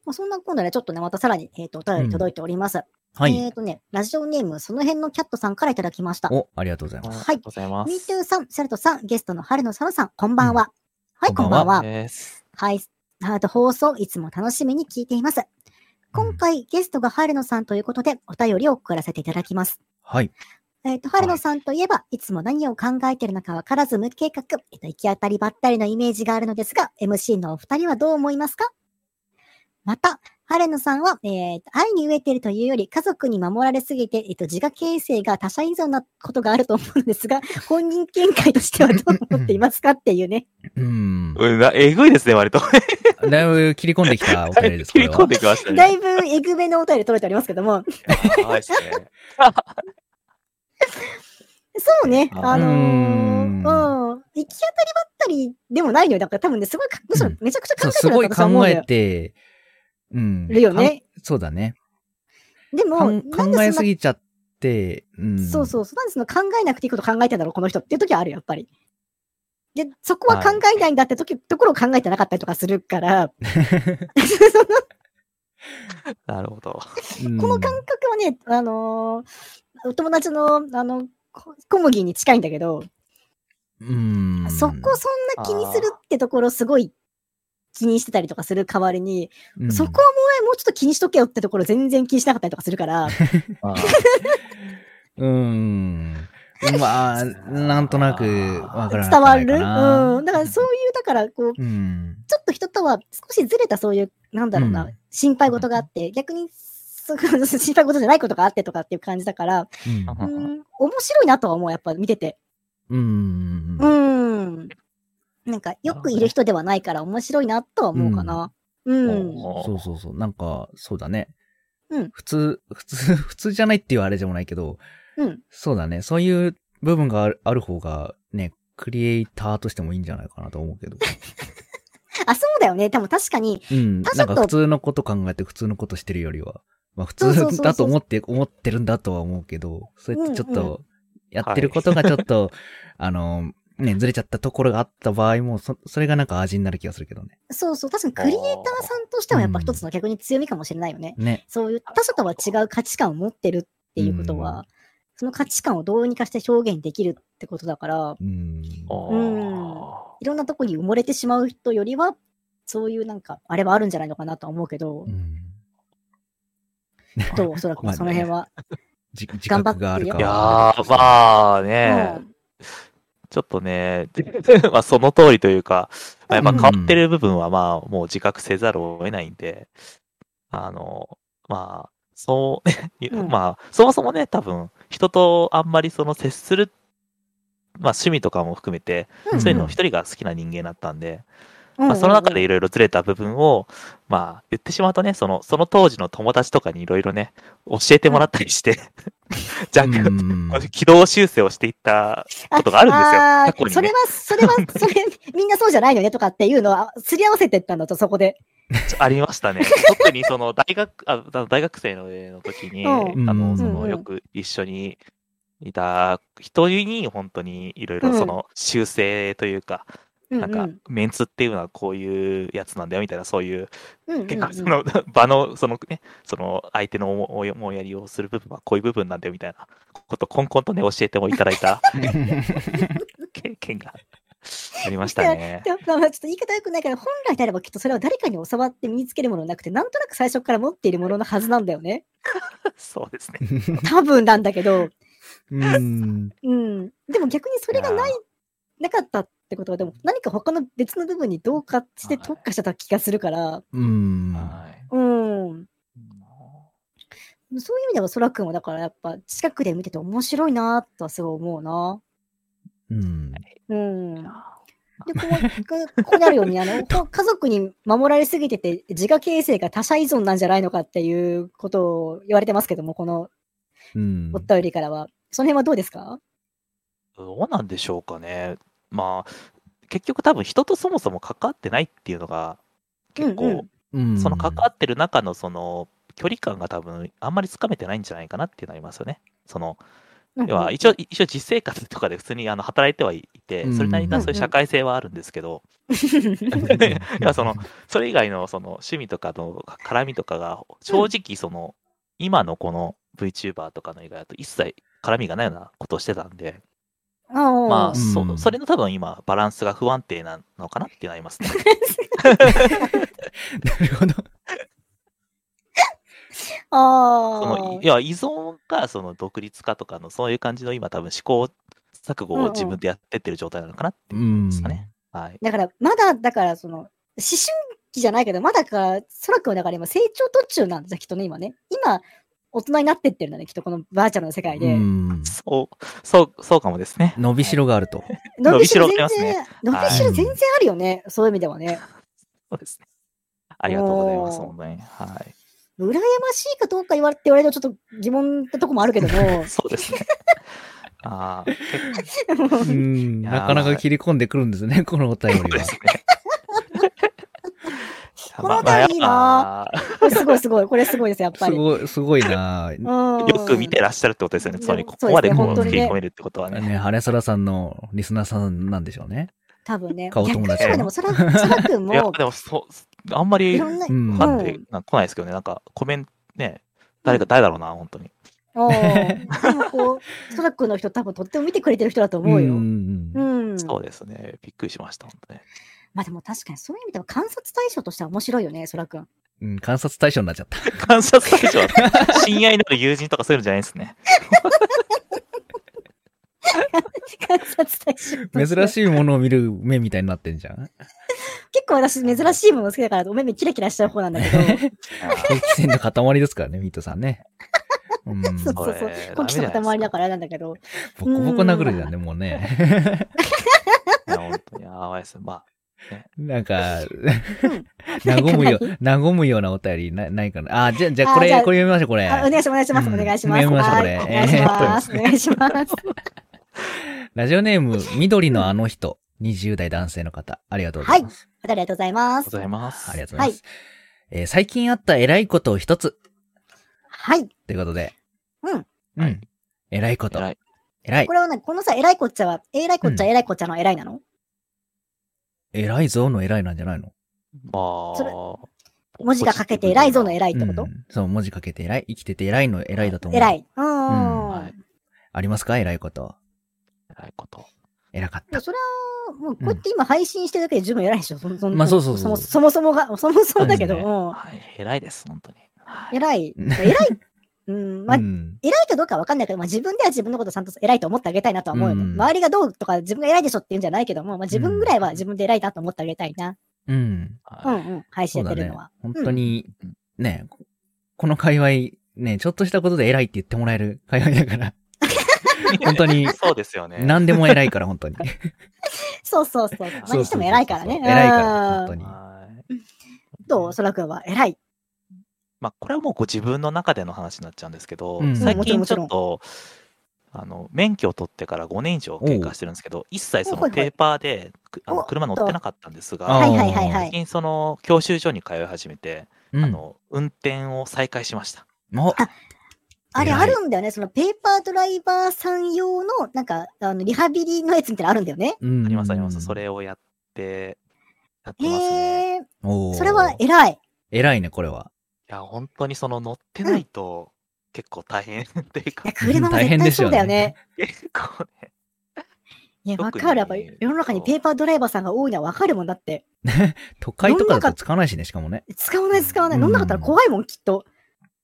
あ、そんな今度ね、ちょっとね、またさらに、えっ、と、お便り届いております。
は
え
い
っ、。とね、ラジオネーム、その辺のキャットさんからいただきました。
お、ありがとうござい
あり
ます。
がとうございま
ミー
す。
トゥーさん、セルトさん、ゲストの春野サロさん、こんばんは。はい、
こ
こ
ん
ん
ば
ば
ん
ん
は
は。
です。
はい、ハート放送、いつも楽しみに聞いています。今回、ゲストが春野さんということで、お便りを送らせていただきます。
はい。
えっ、と、春野さんといえば、いつも何を考えているのかわからず無計画、えっと、行き当たりばったりのイメージがあるのですが、MC のお二人はどう思いますかまた、春野さんは、えーと愛に飢えているというより、家族に守られすぎて、えっ、と、自我形成が他者依存なことがあると思うのですが、本人見解としてはどう思っていますかっていうね。
うん。
うんなえぐいですね、割と。
だいぶ切り込んできたお便
(laughs)
りです、こ
(laughs) 切
れ
り込
は
ん。できました
だ
ね。
いぶえぐめのお便り届いておりますけども、
はいですね。
そうね、
あー
あのー
うん
うん、行き当たりばったりでもないのよ。だから多分ね、すごいか、むしろめちゃくちゃ
そ
考え
う、
て
す
るん
ご
だ
い
と私は思う
考
の
え
よ。
て、うん。
るよね
かん。そうだね。
で
か
も、
ん
なん
考え
ですそんな
ぎちゃって、うん。
そう
(laughs)
そうそう。なんでその考えなくていいこと考えてんだろう、この人っていう時はある、やっぱり。で、そこは
はい
考えないんだって時、ところを考えてなかったりとかする
(laughs)
から、
なるほど。
うん。
この感覚はね、あのーお友達の、あの、こ小麦に近いんだけど、
うん。
そこそんな気にするってところすごい気にしてたりとかする代わりに、
うん
そこはもうもうちょっと気にしとけよってところ全然気にしなかったりとかする
(laughs)
から、
うーん。まあ、なんとなくわから
伝わ
な
る
いかな。
うん。だからそういう、だからこう、
うん。
ちょっと人とは少しずれたそういう、なんだろうな、
うん
心配事があって、逆に、そう (laughs) 心配事じゃないことがあってとかっていう感じだから、
う
うんん、面白いなとは思う、やっぱ見てて。
ん。
う
うん。
ん。なんか、よくいる人ではないから面白いなとは思うかな。うん。うん
そうそうそう。なんか、そうだね。
うん
普通、普通、 (laughs) 普通じゃないっていうあれでもないけど、
うん。
そうだね。そういう部分があるある方が、ね、クリエイターとしてもいいんじゃないかなと思うけど。
(laughs) あ、そうだよね。でも確かに、
うん。
他者
な
と
んか普通のこと考えて普通のことしてるよりは、まあ普
そうそうそう
通
そう
だと思って、思ってるんだとは思うけど、そうやってちょっ
うんう
と、やってることがちょっと、 (laughs) あの、ね、ずれちゃったところがあった場合も、そ、それがなんか味になる気がするけどね。
そうそう、確かにクリエイターさんとしてはやっぱ一つの逆に強みかもしれないよね。
ね。
そういう他者とは違う価値観を持ってるっていうことは、
うん
その価値観をどうにかして表現できるってことだから、
うん。
いろんなとこに埋もれてしまう人よりは、そういうなんか、あれはあるんじ
(laughs)
ゃないのかなとは思うけど
う、ん
どうおそらく
まあね
その辺は。
じ自覚がある
頑張ってるよ
か
いや
は
ー、まあね、
うん
ちょっとね、 (laughs) まあその通りというか、まあ、やっぱ変わってる部分はまあもう自覚せざるを得ないんで、あの、まあ、そう、 (laughs) ね
うん
まあ、そもそもね、多分、人とあんまりその接する、まあ趣味とかも含めて、
うん
そういうのを一人が好きな人間だったんで、
うん
まあ、その中でいろいろずれた部分を、まあ、言ってしまうとね、その、その当時の友達とかにいろいろね、教えてもらったりして、
う
若干、
ん
まあ軌道修正をしていったことがあるんですよ過去にね
それは、それは、それ、みんなそうじゃないよねとかっていうのは、すり合わせてったのと、そこで。
ありまし
(laughs)
たね。特にその大学、ああの大学生のの時に、
うん
あの、そ
うんう
の
ん
よく一緒にいた人に本当にいろいろその修正というか、
うん
なんかメンツっていうのはこういうやつなんだよみたいな、そういう、
うん、うん
結構そ
うんうん
の (laughs) 場のそのね、その相手の思い思いやりをする部分はこういう部分なんだよみたいなこと、こんこんとね、教えてもいただ
(laughs)
いた経験がありましたね。
でもまあまあちょっと言い方よくないから、本来であればきっとそれは誰かに教わって身につけるものなくて、なんとなく最初から持っているもののはずなんだよね。
そうですね。
多分なんだけど、
うん
うん。でも逆にそれがないい、なかったってことは、でも何か他の別の部分に同化して特化してた気がするから、
うん
やー。はい
うん。そういう意味では、空くんはだからやっぱ近くで見てて面白いなとはすごい思うな。
うん
うん。で、こ
あ
う、こうなるよう
(laughs)
に、あの、ほ家族に守られすぎてて、自我形成が他者依存なんじゃないのかっていうことを言われてますけども、この
うん
お便りからは。その辺はどうですか
どうなんでしょうかね。まあ、結局多分人とそもそも関わってないっていうのが、結構、
うん
うん
その関わってる中のその距離感が多分あんまりつかめてないんじゃないかなっていうのはありますよね。その、要は一応、一応実生活とかで普通にあの働いてはいて、それなり
う
なんそういう社会性はあるんですけど、
うん
いやそのそれ以外のその趣味とかの絡みとかが正直その、今のこの VTuber とかの以外だと一切絡みがないようなことをしてたんで、ま
(laughs) あー
あ、そ
うん
それの多分今、バランスが不安定なのかなってなりますね。
なるほど。
そ
あ
の
ー
い。や依存かその独立かとかの、そういう感じの今、多分試行錯誤を自分でやってってる状態なのかなって
う
いうん
ん
ですかね。はい。
だから、まだ、だから、その、思春期じゃないけど、まだから、空くんはだから今成長途中なんだ、きっとね、今ね。今、大人になってってるんだね、きっとこのバーチャルの世界で。
うん
そう、そう、そうかもですね。
伸びしろがあると。
伸びしろ
伸びしろあり
全
ます
然
ね、
伸びしろ全然あるよね、そういう意味ではね。
そうですね。 (laughs) ありがとうございます、
おー
本当に。はい。。
羨ましいかどうか言われて言われるとちょっと疑問ってとこもあるけども
そ
(laughs)
うですね。ああ、結
うん
や
なかなか切り込んでくるんですね、このお便
構
り
で
は。
すね。
この歌いいなこれすごいすごい、これすごいです、やっぱ
す
り。
ごい、すごいな
う
ぁ。
ん
よく見てらっしゃるってことですよね。つまり、ここまでこう、
そうです
切
ね
り込めるってことはね。
ね、羽空さんのリスナーさんなんでしょうね。
多分ね。
顔
逆
友
に
達
でも、そら、そらくん
(laughs) いや、
も、
でもそう、あんま
い
り
ろんな、
うん
ファンで
うん
なんか来ないですけどね、なんかコメントね、誰か、誰だろうな、本当に。
お
(laughs)
ーでもこう、そらくんの人多分とっても見てくれてる人だと思うよ。うん。
ん
そうですね、びっくりしました、本当 (laughs) ね。
まあでも確かにそういう意味では観察対象としては面白いよね、そらくん。 (laughs)
うん観察対象になっちゃった。
観察対象は、親愛なる友人とかそういうのじゃないですね。
観察対象として。
珍
い。
しいものを見る目みたいになってんじゃん。
結構私、珍しいもの好きだから、お目目キラキラしちゃう
(laughs)
方なんだけど。
好奇心の塊ですからね、ミートさんね。うん、ボ
(laughs) そう
コ
そうそ
こ
う
れ。
(laughs) 好奇心の
ダメじゃないですか
塊だからなんだけど。
ボコ殴るじゃんね、も
(laughs)
うね。
いや本当に、やばいです。ま
な
(laughs)
んか、
な
和
んか
むよ
何、
和むようなお便りなないかな。あ、じゃあ、じゃあこれ、
あじゃあ
これ読みましょう、これ。
(laughs) あお願いします、お願いします、
う
お
ん
願いします。
メモしましょう
はい
こ
お
れ
願いします。お願いします。
ラジオネーム、緑のあの人、20代男性の方、ありがとうございます。
ありがとうござい
あ、
ま
ご
(laughs)
す。
ざいま
あ
す。
りがとうございます。えー最近あった偉いことを一つ、
はい。
ということで。
うん。
うん。偉いこと。
偉
偉い。
い。
これはね、このさ、偉いこっちゃは、偉いこっちゃ、
うん
偉いこっちゃの偉いなの
偉いぞの偉いなんじゃないの
ま
それ
あ、
文字が書けて偉いぞの偉いってこと
うんそう、文字かけて偉い。生きてて偉いの偉いだと思う。
偉い。う
うん
ー
は
ん
い。。
ありますか偉いこと。
偉いこと。
偉かっ
いや
た。
それは、もう、こうやって今配信してるだけで十分偉いでしょ。そんそん
まあそうそうそう
そもそもそもそもが、そもそもだけど、
そうです
うん
はい、偉いです、本当に。は
(laughs)
い
偉い。
うん
偉いうん、まあ、
うん
偉いかどうかは分かんないけど、まあ、自分では自分のことをちゃんと偉いと思ってあげたいなとは思うよね、
うん
周りがどうとか自分が偉いでしょって言うんじゃないけども、まあ、自分ぐらいは自分で偉いなと思ってあげたいな。
うん。
うん
は
う
い
ん。配
そ
信や
うだ
ってる
ね
のは。。
本当に、ね、ここの界隈、ね、ちょっとしたことで偉いって言ってもらえる界隈だから、 (laughs) 本当に
そうですよね。
何でも偉いから、
(laughs)
本当に。
そうそうそう。
そう
何しても偉いからね。
そうそうそう偉いから、
うん
本当に。
はい
どうそらくんは偉い。
まあ、これはもうご自分の中での話になっちゃうんですけど、
うん
最
うん
近
もち
ち
ろ
ょ
ん
っと、あの、免許を取ってから5年以上経過してるんですけど、一切そ
おほい
の
ほい
ペーパーで、くあ
お
の
っと
車乗ってなかったんです
あー
はい
が、
はいはいは
最
い。
近その教習所に通い始めて、
うん
あの、運転を再開しました。
お
あれ
偉い
あるんだよね。そのペーパードライバーさん用の、なんか、あのリハビリのやつみたいなのあるんだよね。
うん
ありますあります。それをやって、やってますね。い
へえ、
おー
それは偉い。
偉いね、これは。
や、本当にその乗ってないと結構
(laughs)
大変っていう
い
か
や、車も
大
絶
変で
対
す
そう
よ
だ
ね
よね。
結構ね。
いや、わ
特に
かる。やっぱ世の中にペーパードライバーさんが多いのはわかるもんだって。
都会とかだとつかないしね、しかもね。
使わない使わない。
うん
乗んなかったら怖いもん、きっと。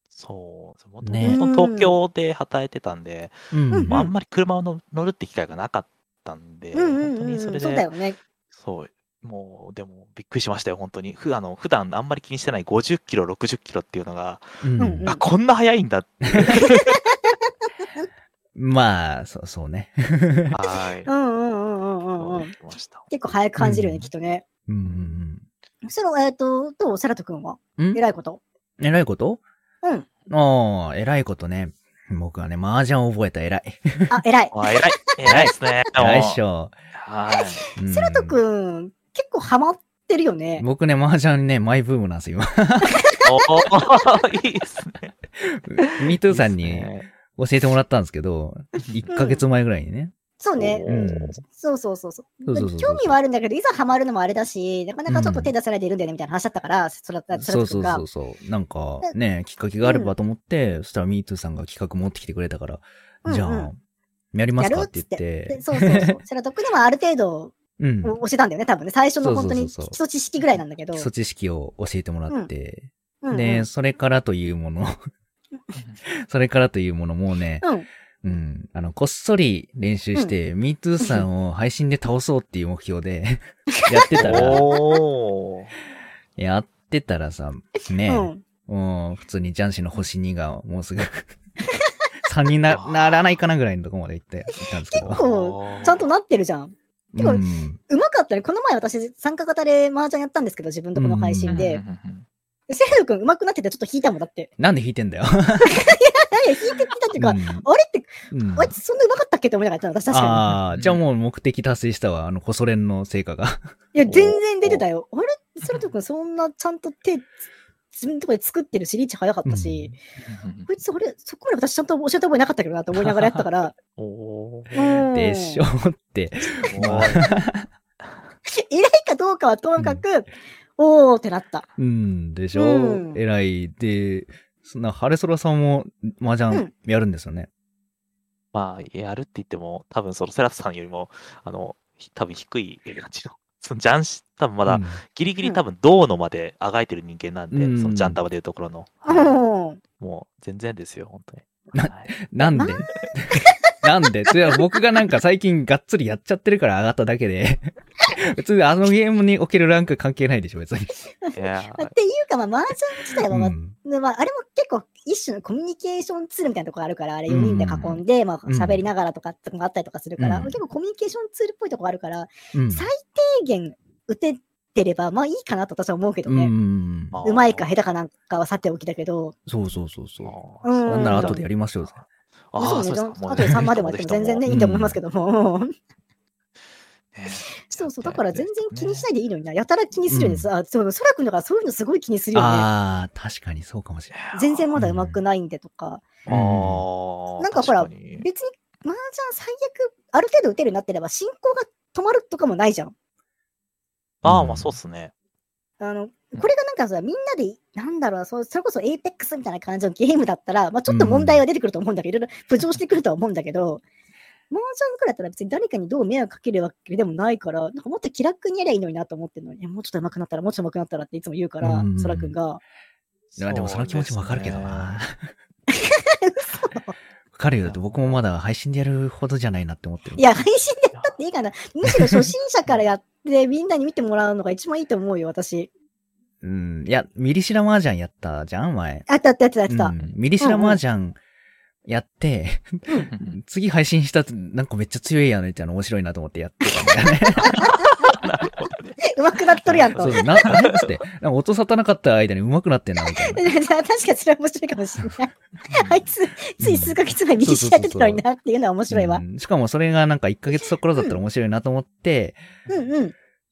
そう。もと
ね
もと東京で働いてたんで、
うん
うん
まあ、あんまり車をの乗るって機会がなかったんで、
うんうん
本当
うんう
に
ん。
そ
そう
れ
だ
で、
よね。
そう。もう、でも、びっくりしましたよ、本当に。ふあの普段あんまり気にしてない50キロ、60キロっていうのが、
うん
うんうん
あ、こんな速いんだって。
(laughs)
まあ、そうそうね。
はい。
うんうんうんうんうんう
思っ
ん。
てました。
結構早く感じるよね、
うん
きっとね。
うんうん
その、えっと、どうセラト君は
うんん
偉いこと
偉いこと
うん。
ああ、偉いことね。僕はね、麻雀を覚えた偉い。
あ、偉い。
あ、偉い。偉いですね。
(laughs)
偉いっ
も
しょ。
はい。
うん
セラト君、結構ハマってるよね。
僕ね、麻雀ね、マイブームなんで
(laughs)
すよ、
おーいいですね。
今。ミートゥーさんに教えてもらったんですけど、1ヶ月前ぐらいにね。
そうね。
うん
そうそうそうそ
そうそうそう
う。
そう
興味はあるんだけど、いざハマるのもあれだし、なかなかちょっと手出されているんだよね、みたいな話だったから、セラセラ
そ
ト
うそ
君
う
が
そう。そう。なんか、ね、きっかけがあればと思って、そしたらミートゥーさんが企画持ってきてくれたから、
うん
じゃあ、やりますかって言っ
で
て。
そうそうそう。セラト君でもある程度
(laughs) うん。
教えたんだよね、多分ね。最初の本当に基
そうそうそうそう
礎知識ぐらいなんだけど。
基礎知識を教えてもらって、
うんうん
で、それからというも
(laughs)
の、それからというものもうね、
うん。
うん、あの、こっそり練習して、ミートゥーさんを配信で倒そうっていう目
(laughs)
標で、やってたら、
おー。
やってたらさ、
う
ね、
ん。
もう普通にジャンシーの星2がもうすぐ、3になならないかなぐらいのとこまで行って、行ったんですけど。
構ちゃんとなってるじゃん。結構
うん。
うまかったね。この前私、参加型で麻雀やったんですけど、自分とこの配信
う
で
ん。うんうん
でセラト君うまくなっててちょっと引いたもんだって。 (laughs)
なんで弾いてんだよ。
いや、引いてきたっていうか、あ
うん
れって、 (laughs)
うん
あいつそんなうまかったっけって思いながらやったの、私確か
ああ、じゃあもう目的達成したわ、あの、コソ連の成果が。
に。いや、全然出てたよ。あれセラト君そんなちゃんと手、自分のとこで作ってるし、リーチ早かったし、
うんうんうん
こいつ、あれ、そこまで私ちゃんと教えた覚えなかったけどなと思いながらやったから。
おー。
うん
(laughs) でしょって。
すごい
(laughs) 偉いかどうかはともかく、おーってなった。
うん、でしょ、
うん
偉い。で、そんな、ハレソラさんも麻
う
雀
ん
やるんですよね。
まあ、やるって言っても、多分そのセラスさんよりも、あの、ひ多分低い感じの、そのジャンシ、多分まだ、
うん
ギリ
う
ギリ
ん
多分銅のまであがいてる人間なんで、
うん
そのジャンダマでいうところの、
うん。
もう全然ですよ、本当に。
な
はい
なんで (laughs) なんでそれは僕がなんか最近がっつりやっちゃってるから上がっただ
(laughs)
けで。別にあのゲームにおけるランク関係ないでしょ、別に。
いや
まあっていうか、まあ、麻雀自体は、まあ
うん
まあ、あれも結構一種のコミュニケーションツールみたいなところあるから、あれ4人で囲んで、まあ、
うん
喋りながらとかとかあったりとかするから、
うん
結構コミュニケーションツールっぽいところあるから、
うん
最低限打ててれば、まあいいかなと私は思うけど
う
ね。
ん。
まあ
うまいか下手かなんかはさておきだけど、
そうそうそうそう。
あ
うん
なんなら後でやりましょうぜ。
あ
そ
あ、そうう
ね、
ですか。
あと3までもやっても全然
(laughs)
ね、いいと思いますけども。 (laughs)
ね
そうそう、だから全然気にしないでいいのにな。やたら気にするんです。
う
あ、そう、空くんだからそういうのすごい気にするよね。
ああ、確かにそうかもしれない。
全然まだ上手くないんでとか。
あー
なんかほら
確に
別に、麻雀最悪、ある程度打てるようになってれば、進行が止まるとかもないじゃん。
ああ、まあそうっすね。
あの、これがなんかさ、みんなで、なんだろうな、そうそれこそエイペックスみたいな感じのゲームだったら、まあちょっと問題は出てくると思うんだけど、いろいろ浮上してくるとは思うんだけど、麻雀くらいだったら別に誰かにどう迷惑かけるわけでもないから、なんかもっと気楽にやりゃいいのになと思ってるのに、いやもうちょっと上手くなったら、もうちょっと上手くなったらっていつも言うから
うん、
そらくんが。
まあでもその気持ちもわかるけどな。かるよ。僕もまだ配信でやるほどじゃないなって思ってる。
いや、配信でやったっていいかな。むしろ初心者からやって、みんなに見てもらうのが一番いいと思うよ、私。
うん。いや、ミリシラ麻雀やったじゃん、前。
あったあったあったあった。
うん、ミリシラ麻雀やって、次配信したと、なんかめっちゃ強いやんみたいな面白いなと思ってやってたんだよね。
(laughs) うまくなっとるやん
そ
と。
う
じゃ
そう、な、あれっつって、なんか音沙汰なかった間に上手くなってんな、みたいな。
(laughs) あ確かにそれは面白いかもしれ
(laughs)
ない。あいつ、つい数ヶ月前、右視やってたのになっていうのは面白いわ
う。んしかもそれがなんか1ヶ月そこらだったら面白いなと思って、
うんう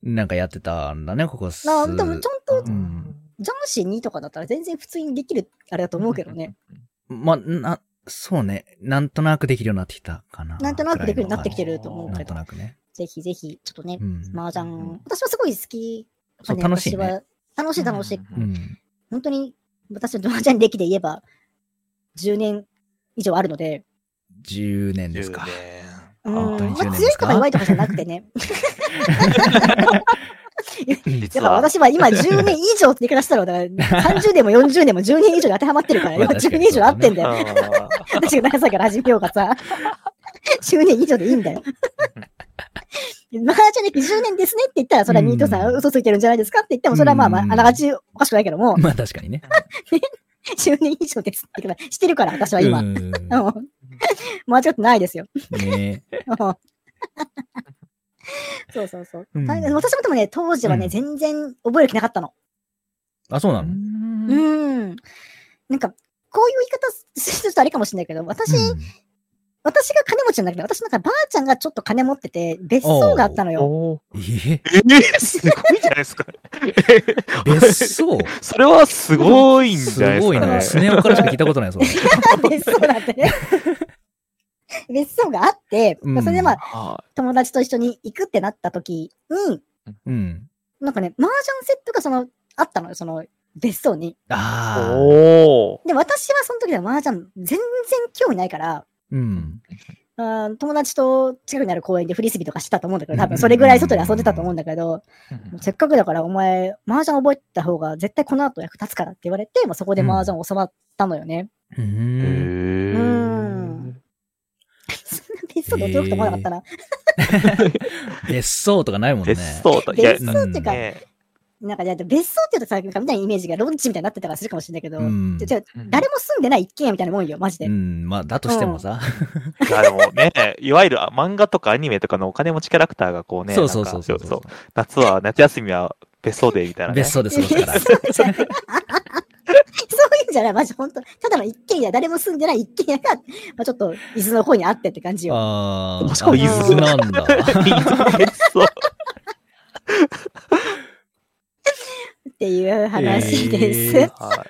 ん。
なんかやってたんだね、ここ数。
まあ、でもちゃんと、
うん
ジャンシー2とかだったら全然普通にできる、あれだと思うけどね。。
まあ、な、そうね。なんとなくできるようになってきたかな。
なんとなくできるようになってきてる
はい
と思う
な
け
んと
ど、
なくね。
ぜひぜひ、ちょっとね
う、ん。
麻雀
うん、
私はすごい好き。
そう、
まあ
楽しい
私
ね。
は楽しい楽しい。
うん。
本当に、私の麻雀歴で言えば、10年以上あるので、
10年ですか。
うん、
本当に10
まあ
年
強
で
い
す
と
か
か弱いとかじゃなくてね。だ
実
から
は、
私は
(laughs)
今10年以上って言い方したら、だから30年も40年も10年以上に当てはまってるから、
まあ
今
(laughs) 確か
10
に
年以上合ってんだ
あ
よ。
ー
私が7歳から始めようがさ。10年以上でいいんだよ。マージャン歴10年ですねって言ったら、それはミートさ
うん
ん嘘ついてるんじゃないですかって言っても、それはまあまあ
う、ん
あながちおかしくないけど
(laughs)
も、
(laughs) まあ確かにね。
10年以上ですって言うから、してるから、私は今。
う
うん
ん。
間違ってないですよ。
ね
うんそうそうそう。
うん
大変私もでもね、当時はね、
うん
全然覚える気なかったの。
あ、そうな
う
の
ん
うーん。なんか、こういう言い方するとあれかもしれないけど、私、私が金持ちなんだけど、私なんかばあちゃんがちょっと金持ってて、別荘があったのよ。
おー
ええ
えすごいじゃないですか。
別荘
それはすごいん
す
じゃないですか、ね。
ごいな。スネ夫からしか聞いたことない、それ。
(laughs) 別荘だってね。別荘があって、
うん
それでまあ、
は
友達と一緒に行くってなった時に、
(laughs) うん。
なんかね、麻雀セットがその、あったのよ、その、別荘に。
い。
ああ。
おお。
で、私はその時は麻雀全然興味ないから、
うん。
あー友達と近くにある公園でフリスビーとかしてたと思うんだけど、多分それぐらい外で遊んでたと思うんだけど、もうせっかくだからお前、麻雀覚えた方が絶対この後役立つからって言われて、まあ、そこで麻雀を教わったのよね。 (laughs)
う
へ
ん。
う
ー
んそんな別荘で驚くと思わなかったな。
別荘とかないもんね。
別荘と、いや
別荘っていうか、
ね
なんか、だって別荘って言うとさ、なんかみたいなイメージがロッジみたいになってたからするかもしれないけど、
うん
じゃあ誰も住んでない一軒家みたいなもんよ、マジで。
うん。まあ、だとしてもさ。
いやでもね、いわゆるあ漫画とかアニメとかのお金持ちキャラクターがこうね、
そうそうそうそ
なん
う
か
そう。
夏は、夏休みは別荘でみたいな、ね。
(laughs) 別荘で過ごすか
(laughs)
ら。
そうじゃないそういうんじゃない、マジ本当。ただの一軒家、誰も住んでない一軒家が、まあ、ちょっと伊豆の方にあってって感じよ。
ああ。
しかも伊
豆
なんだ。
別荘。
っていう話です。
え
は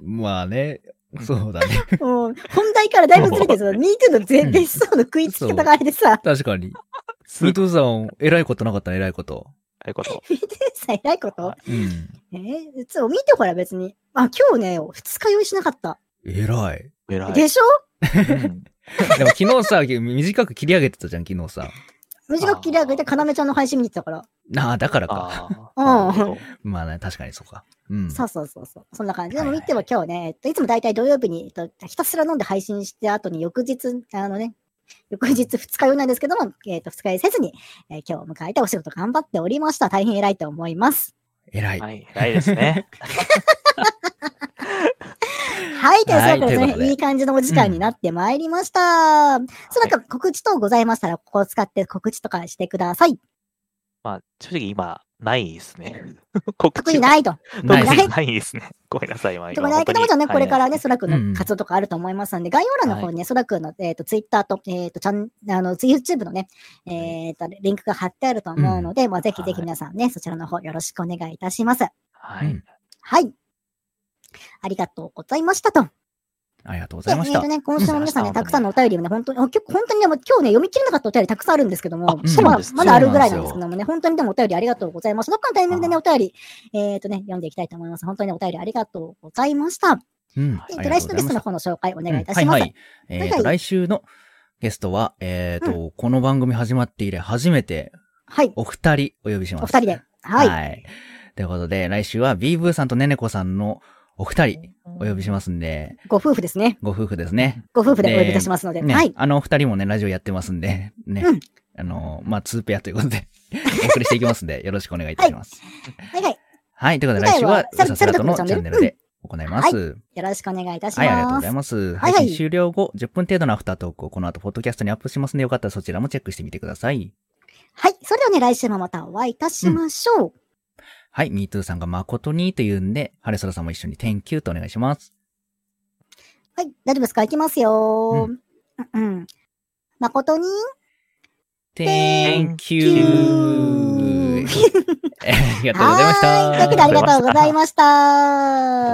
まあね。そうだね。
もう本題からだいぶずれてる、
(laughs)
その MeToo の
う
全
ん
別荘の食いつき方があれでさ、
確かに。
い。す
ミー
ごい
トさん、偉いことなかったら偉いこと。
こと。
MeToo さん偉いこと
うん。
えー、そう、見てほら別に。あ、今日ね、二日酔いしなかった。
偉い。
偉い。
でしょ
うん
でも昨日さ、短く切り上げてたじゃん、昨日さ。
短く切り上げて、
あー
かなめちゃんの配信見てたから。
ああ、だからか。
あ
うん
あ。なるほど
まあね、確かにそうか。うん。
そうそうそうそう。そんな感じ。でも
はいはい
見ては今日ね、えっと、いつも大体土曜日に、えっと、ひたすら飲んで配信して後に翌日、あのね、翌日二日酔いなんですけども、えっ、と、二日酔いせずに、えー今日を迎えてお仕事頑張っておりました。大変偉いと思います。
偉い。
はい、偉いですね。
はい、という
はい
そういうわ
とい
け
うこと
で、
で
ね、いい感じのお時間になってまいりました。 (laughs) そうなんか告知等ございましたら、ここを使って告知とかしてください。
まあ、正直今、ないですね。告
特
知
に
は
ないと。
ナイ
な
ス
い
ないですね。ごめんなさい、今。
とかないけども、じゃあね、これからね、
そ
そらくん
うん
の活動とかあると思いますので、概要欄の方にね、そらくんの、えっと、ツイッターと、えっと、チャン、あの、YouTube のね、えっと、リンクが貼ってあると思うので、まあ、ぜひぜひ皆さんね、そちらの方よろしくお願いいたします。
は
う
い
ん。
はい。ありがとうございましたと。
ありがとうご
で、
ざ
え
いました
っと。ね、今週も皆さん
う
ね、
ん
たくさんのお便りをね、本当に、あ結構本当にね、もう今日ね、読み切れなかったお便りたくさんあるんですけども、
あ
しか
そうな
も
んです
まだあるぐらい
そう
なん
なんですよ
ですけどもね、本当にでもお便りありがとうございます。どっかのタイミングでね、
あ
お便り、えっとね、読んでいきたいと思います。本当にねお便りありがとうございました。
うん。
えっ
あ
と、
りが
来
と
週の
うござ
ゲスト
いまし
の
た
方の紹介お願いいた
は
し
い
ま
は
す。
い。え
は
っ、と、
いは
来週のゲストは、えっ、と、この番組始まって以来初めて
はい。
お二人お呼びしま
お
す。
二人で。はい。
はい。ということで、来週はビーブーさんとねねこさんのお二人お呼びしますんで、
ご夫婦ですね。
ご夫婦ですね。
ご夫婦でお呼びいたしますので。
ね、
はい。
あのお二人もね、ラジオやってますんで、ね。
うん
あの、まあ、ツーペアということで、 (laughs) お送りしていきますんで、よろしくお願いいたします。
はいはい。
はい、ということで来週は、
次回は
うさすらとのチ
サル
ャンネルで行います。
よろしくお願いいたします。
はい、ありがとうございます。
はい
配
はい
信終了後、10分程度のアフタートークをこの後、ポッドキャストにアップしますので、よかったらそちらもチェックしてみてください。
はい。それではね、来週もまたお会いいたしましょう。
はい、MeToo さんが誠にというんで、晴れ空さんも一緒に Thank you とお願いします。
はい。大丈夫ですかいきますよ。うん、うん。誠に、
Thank
you.
you! (laughs) ありがとうございました。
はい。というわけでありがとうございました。